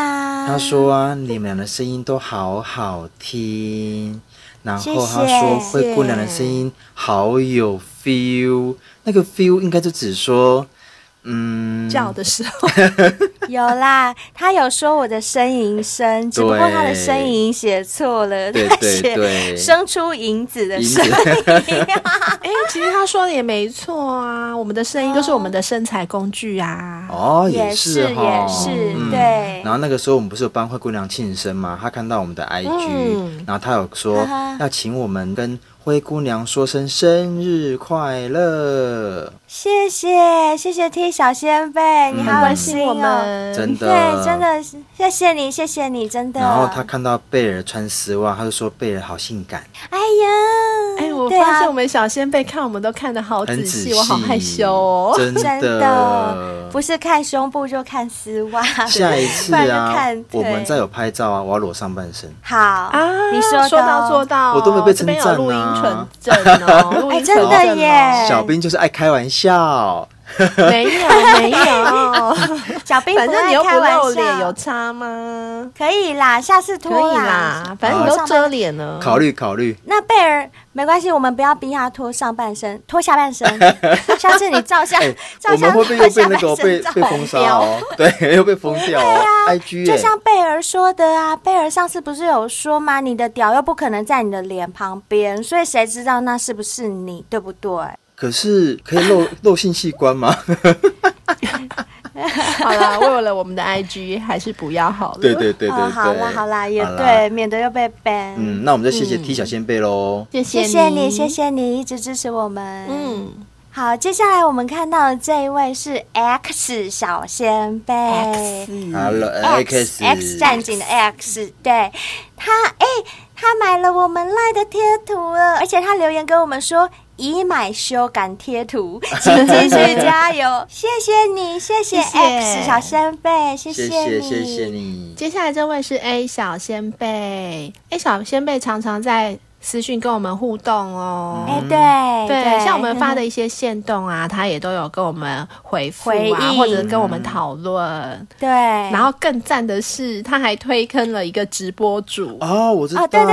Speaker 4: 他说啊，你们俩的声音都好好听，然
Speaker 3: 谢
Speaker 4: 后他
Speaker 3: 谢
Speaker 4: 说灰姑娘的声音好有 feel，那个 feel 应该就只说，嗯，
Speaker 1: 叫的时候，
Speaker 3: 有啦，他有说我的呻吟声，只不过他的呻吟写错了，
Speaker 4: 对
Speaker 3: 他
Speaker 4: 对
Speaker 3: 写
Speaker 4: 对
Speaker 3: 生出银子的
Speaker 4: 银
Speaker 3: 声
Speaker 4: 子
Speaker 3: 音。
Speaker 1: 哎、其实他说的也没错啊，我们的声音都是我们的身材工具啊。
Speaker 4: 哦，
Speaker 3: 也
Speaker 4: 是
Speaker 3: 是
Speaker 4: 哈，
Speaker 3: 也是
Speaker 4: 嗯
Speaker 3: 对
Speaker 4: 然后那个时候我们不是有帮灰姑娘庆生吗？她看到我们的 IG，、
Speaker 1: 嗯
Speaker 4: 然后她有说
Speaker 3: 哈哈
Speaker 4: 要请我们跟灰姑娘说声生日快乐，
Speaker 3: 谢谢谢谢 T 小先辈，你好有
Speaker 1: 嗯关
Speaker 3: 心
Speaker 1: 心我
Speaker 3: 哦。
Speaker 1: 们，
Speaker 4: 真的，
Speaker 3: 对，真。的是谢谢你，谢谢你，真的。
Speaker 4: 然后她看到贝尔穿丝袜，她就说贝尔好性感。
Speaker 3: 哎呀，
Speaker 1: 哎、我
Speaker 3: 对
Speaker 1: 发
Speaker 3: 啊
Speaker 1: 现我们小先辈看我们都看的好
Speaker 4: 很
Speaker 1: 细，
Speaker 4: 细，
Speaker 1: 我好害羞哦。
Speaker 4: 真的。
Speaker 3: 真的不是看胸部就看丝袜。
Speaker 4: 下一次
Speaker 3: 不然就
Speaker 4: 啊
Speaker 3: 看，
Speaker 4: 我们
Speaker 3: 腿
Speaker 4: 再有拍照啊，我要裸上半身。
Speaker 3: 好
Speaker 1: 啊，
Speaker 3: 你说
Speaker 1: 说
Speaker 3: 的哦
Speaker 1: 到做到哦，
Speaker 4: 我都没被
Speaker 1: 这边有
Speaker 4: 称赞
Speaker 1: 录音存
Speaker 4: 啊
Speaker 1: 证哦， 录音
Speaker 3: 哎真的
Speaker 1: 存证哦
Speaker 3: 耶
Speaker 4: 小兵就是爱开玩笑，
Speaker 1: 没有没 有，
Speaker 3: 小兵，
Speaker 1: 反正你又不
Speaker 3: 开玩
Speaker 1: 露
Speaker 3: 笑，
Speaker 1: 脸，有差吗？
Speaker 3: 可以啦，下次
Speaker 1: 可
Speaker 3: 脱
Speaker 1: 以啦，反正你都遮脸
Speaker 3: 嗯
Speaker 1: 了。
Speaker 4: 考虑考虑。
Speaker 3: 那贝尔没关系，我们不要逼他脱上半身，脱下 半身。下次你照相
Speaker 4: 哎，
Speaker 3: 照
Speaker 4: 我们
Speaker 3: 相
Speaker 4: 会不会
Speaker 3: 脱
Speaker 4: 又被
Speaker 3: 下半
Speaker 4: 那个被
Speaker 3: 身照
Speaker 4: 被封杀哦？ 对，又被封掉哦。IG
Speaker 3: 啊就
Speaker 4: 哎
Speaker 3: 像贝尔说的啊，贝尔上次不是有说吗？你的屌又不可能在你的脸旁边，所以谁知道那是不是你，对不对？
Speaker 4: 可是可以 露露性器官吗？
Speaker 1: 好啦，为了我们的 IG，还是不要好了。
Speaker 4: 对对对对
Speaker 3: 哦，
Speaker 4: 对。
Speaker 3: 好啦好啦，也
Speaker 4: 好啦
Speaker 3: 对，。免得又被 ban。
Speaker 4: 嗯，那我们就谢谢 T 小先辈喽。
Speaker 1: 谢
Speaker 3: 谢
Speaker 1: 谢
Speaker 3: 谢你，谢。谢你一直支持我们。嗯，
Speaker 1: 嗯
Speaker 3: 好，接下来我们看到的这一位是 X 小先辈。
Speaker 1: ，X，
Speaker 4: Hello
Speaker 3: X X 嗯战警的 X，对他，哎、他买了我们赖的贴图了，而且他留言跟我们说已买修改贴 图，请继续加油，谢谢你，谢
Speaker 1: 谢
Speaker 3: 谢
Speaker 1: 谢
Speaker 3: X 小先辈，谢
Speaker 4: 谢
Speaker 3: 你，
Speaker 4: 谢谢谢你。
Speaker 1: 接下来这位是 A 小先辈，A 小先辈常常在私讯跟我们互动哦。
Speaker 4: 嗯
Speaker 3: 哎、对嗯
Speaker 1: 对，像我们发
Speaker 3: 的
Speaker 1: 的一些线动啊，他也都有跟我们回复
Speaker 3: 回
Speaker 1: 啊，
Speaker 3: 应
Speaker 1: 或者跟我们讨论。
Speaker 3: 对，
Speaker 1: 然后更赞的是，他还推坑了一个直播主，
Speaker 4: 哦，我知道，
Speaker 3: 哦对对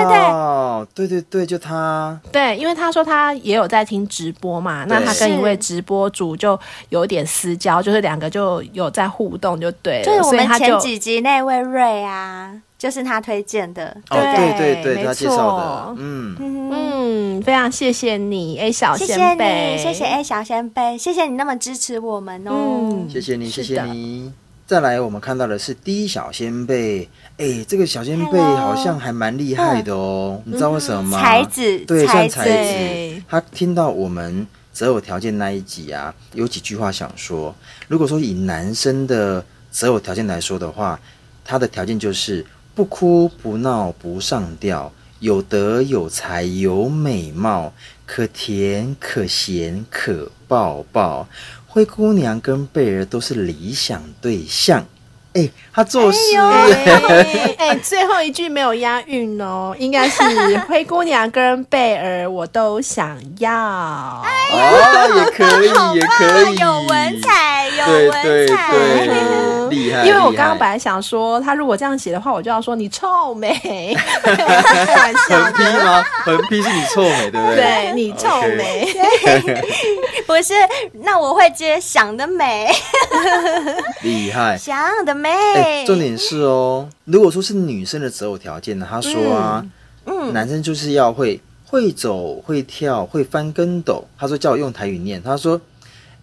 Speaker 4: 对对对就他，
Speaker 1: 对，因为他说他也有在听直播嘛，那他
Speaker 4: 对
Speaker 1: 跟一位
Speaker 3: 是
Speaker 1: 直播主就有点私交，就是两个就有在互动就对了，
Speaker 3: 就是我
Speaker 1: 所以
Speaker 3: 们
Speaker 1: 他
Speaker 3: 前
Speaker 1: 就
Speaker 3: 几集那位瑞啊，就是他推荐的，嗯
Speaker 4: 哦，对对
Speaker 1: 没
Speaker 4: 对，他介绍
Speaker 1: 错
Speaker 4: 的，嗯，
Speaker 1: 嗯，非常谢谢你，A 小
Speaker 3: 谢
Speaker 1: 先
Speaker 3: 谢
Speaker 1: 辈，
Speaker 3: 你，谢谢 A 小先辈，谢谢你那么支持我们哦。
Speaker 1: 嗯，
Speaker 4: 谢谢你，谢
Speaker 1: 是
Speaker 4: 谢
Speaker 1: 的
Speaker 4: 你。再来，我们看到的是 D 小先辈，哎，这个小先辈
Speaker 3: Hello
Speaker 4: 好像还蛮厉害的哦，你知道为什么
Speaker 1: 嗯
Speaker 4: 吗？
Speaker 3: 才子，
Speaker 4: 对，像
Speaker 3: 子
Speaker 4: 才
Speaker 1: 对
Speaker 4: 子，他听到我们择偶条件那一集啊，有几句话想说。如果说以男生的择偶条件来说的话，他的条件就是不哭不闹不上吊，有德有才有美貌，可甜可咸可抱抱。灰姑娘跟贝儿都是理想对象。哎、他作诗、
Speaker 1: 哎， 哎最后一句没有押韵哦，应该是灰姑娘跟贝儿我都想要。
Speaker 4: 哦，也可以，也可以，
Speaker 3: 有文，采，有
Speaker 4: 对
Speaker 3: 文
Speaker 4: 对
Speaker 3: 采。
Speaker 4: 对，厉害。
Speaker 1: 因为我
Speaker 4: 厉
Speaker 1: 刚刚
Speaker 4: 害
Speaker 1: 本来想说，他如果这样写的话，我就要说你臭美，开玩笑
Speaker 4: 横批吗？横批是你臭美，对不对？
Speaker 1: 对你臭美。
Speaker 3: 不是，那我会接想得美，
Speaker 4: 厉害。
Speaker 3: 想得
Speaker 4: 哎、
Speaker 3: 美。
Speaker 4: 重点是哦，如果说是女生的择偶条件呢，他说啊，
Speaker 1: 嗯
Speaker 4: 男生就是要会会走、会跳、会翻跟斗。他说叫我用台语念，他说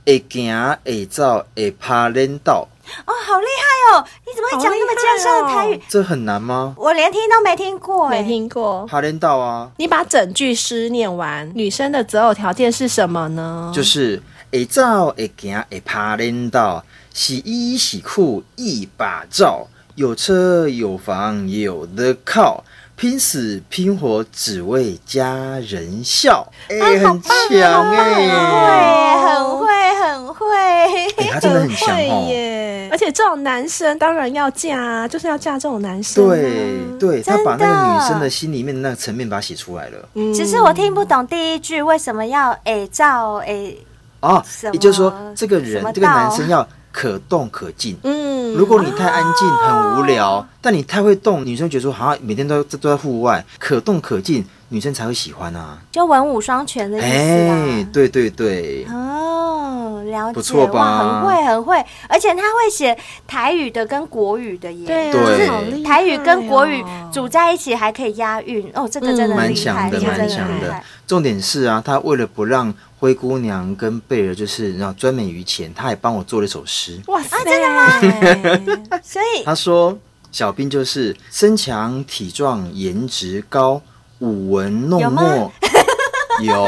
Speaker 4: 会行、会走、会爬lên 道，
Speaker 3: 哦，好厉害哦！你怎么会讲那么尖上的台
Speaker 1: 好厉
Speaker 3: 语？
Speaker 4: 这很难吗？
Speaker 3: 我连听都没听过，哎
Speaker 1: 没。听过。
Speaker 4: 爬 lên 道啊，
Speaker 1: 你把整句诗念完，女生的择偶条件是什么呢？
Speaker 4: 就是会走、会行、会爬 lên 道，洗衣洗裤一把罩，有车有房有的靠。拼死拼活只为家人笑，哎、很强哎、
Speaker 3: 对，哦很会，很会。
Speaker 4: 哎、他真的很强
Speaker 1: 会
Speaker 4: 哦。
Speaker 1: 耶！而且这种男生当然要嫁啊，就是要嫁这种男生、啊。
Speaker 4: 对对，他
Speaker 3: 真
Speaker 4: 把
Speaker 3: 的
Speaker 4: 那个女生的心里面的那个层面把它写出来了
Speaker 1: 嗯，
Speaker 3: 只是我听不懂第一句为什么要诶照哎诶，
Speaker 4: 啊
Speaker 3: 什，么
Speaker 4: 也就是说，这个
Speaker 3: 什
Speaker 4: 人
Speaker 3: 么
Speaker 4: 这个男
Speaker 3: 道
Speaker 4: 生要可动可静。
Speaker 1: 嗯，
Speaker 4: 如果你太安静、
Speaker 3: 啊
Speaker 4: 很无聊，但你太会动，女生觉得说好像每天都都在户外，可动可静，女生才会喜欢啊。
Speaker 3: 就文武双全的意啊嗯思
Speaker 4: 哎
Speaker 3: 啦，。
Speaker 4: 对对对，
Speaker 3: 哦，了解，
Speaker 4: 不错吧
Speaker 3: 哇，很会，很会，而且他会写台语的跟国语的耶。
Speaker 1: 对啊，
Speaker 4: 对
Speaker 1: 好厉害哦
Speaker 3: 台语跟国语组在一起还可以押韵哦，这个真的
Speaker 1: 嗯
Speaker 4: 蛮
Speaker 3: 厉害，
Speaker 4: 强的，
Speaker 3: 这个
Speaker 4: 蛮
Speaker 3: 真的
Speaker 4: 强
Speaker 3: 厉
Speaker 4: 的
Speaker 3: 害。。
Speaker 4: 重点是啊，他为了不让灰姑娘跟贝尔就是让专美于前，他还帮我做了一首诗。
Speaker 1: 哇塞，啊真的吗？
Speaker 3: 所以
Speaker 4: 他说：“小兵就是身强体壮，颜值高，舞文弄墨。有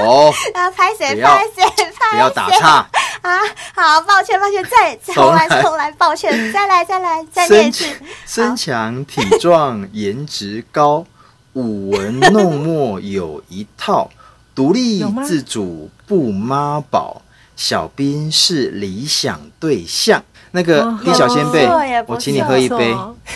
Speaker 3: 啊，拍谁
Speaker 4: 不要
Speaker 3: 拍谁
Speaker 4: 不
Speaker 3: 拍
Speaker 4: 要打岔。
Speaker 3: 啊！好，抱歉，抱歉，再再重来，
Speaker 4: 重来
Speaker 3: 重来，抱歉，再来，再来，再念一
Speaker 4: 身
Speaker 3: 次
Speaker 4: 强。身强体 壮，颜值高，舞文弄墨有一套，独立
Speaker 1: 有吗
Speaker 4: 自主不妈宝。小兵是理想对象。那个
Speaker 1: 哦
Speaker 4: 李小仙贝
Speaker 3: 不错耶，不
Speaker 4: 我请你喝一杯，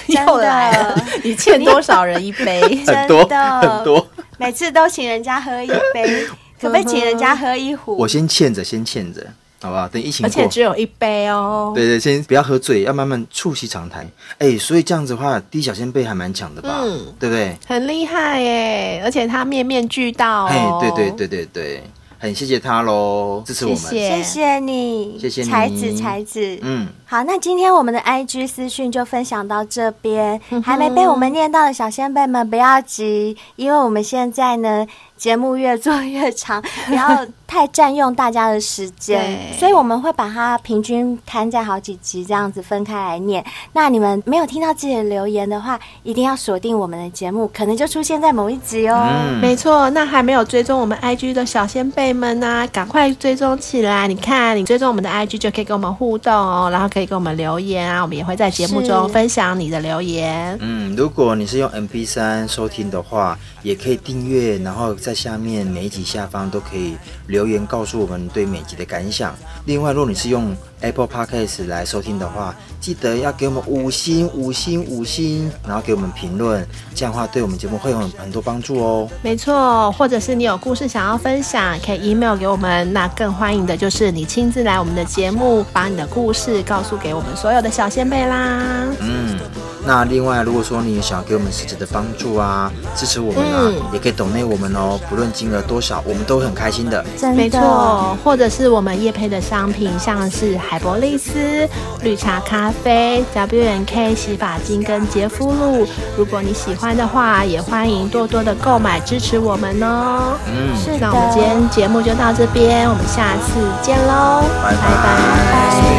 Speaker 3: 真的
Speaker 1: 又来了， 你欠多少人一杯？
Speaker 3: 真
Speaker 4: 很多
Speaker 3: 的
Speaker 4: 很多。
Speaker 3: 每次都请人家喝一杯，可不可以请人家喝一壶？
Speaker 4: 我先欠着，先欠着，好不好？等疫情
Speaker 1: 而且
Speaker 4: 过。”
Speaker 1: 只有一杯哦。
Speaker 4: 对对，先不要喝醉，要慢慢促膝长谈。哎，所以这样子的话，低小先辈还蛮强的吧？
Speaker 1: 嗯
Speaker 4: 对不对？
Speaker 1: 很厉害耶，而且他面面俱到
Speaker 4: 嘿、
Speaker 1: 哦。
Speaker 4: 对对，对对对，很谢谢他喽，支持我们。
Speaker 1: 谢谢
Speaker 3: 谢谢你，
Speaker 4: 谢谢你
Speaker 3: 才子，才子。
Speaker 4: 嗯，
Speaker 3: 好，那今天我们的 IG 私讯就分享到这边，
Speaker 1: 嗯
Speaker 3: 还没被我们念到的小先辈们不要急，因为我们现在呢节目越做 越长，不要太占用大家的时间，
Speaker 1: 对
Speaker 3: 所以我们会把它平均摊在好几集这样子分开来念。那你们没有听到自己的留言的话，一定要锁定我们的节目，可能就出现在某一集哦。
Speaker 4: 嗯
Speaker 1: 没错。那还没有追踪我们 IG 的小先辈们呢、赶快追踪起来！你看，你追踪我们的 IG 就可以跟我们互动哦，然后可以跟我们留言啊，我们也会在节目中
Speaker 3: 是
Speaker 1: 分享你的留言。
Speaker 4: 嗯，如果你是用 MP 3收听的话，也可以订阅，然后在下面每一集下方都可以留言告诉我们对每集的感想。另外，如果你是用 Apple Podcast 来收听的话，记得要给我们五星、五星、五星，然后给我们评论，这样的话对我们节目会有很多帮助哦。
Speaker 1: 没错，或者是你有故事想要分享，可以 email 给我们。那更欢迎的就是你亲自来我们的节目，把你的故事告诉给我们所有的小先辈啦。
Speaker 4: 嗯，那另外，如果说你想要给我们实质的帮助啊，支持我们啊，
Speaker 1: 嗯
Speaker 4: 也可以抖内我们哦，不论金额多少，我们都很开心的。
Speaker 3: 真的
Speaker 1: 没错，或者是我们叶配的商品，像是海博丽斯、绿茶咖啡、W N K 洗发精跟洁肤露。如果你喜欢的话，也欢迎多多的购买支持我们哦。
Speaker 4: 嗯，
Speaker 3: 是的
Speaker 1: 那我们今天节目就到这边，我们下次见喽，
Speaker 4: 拜
Speaker 1: 拜拜
Speaker 4: 拜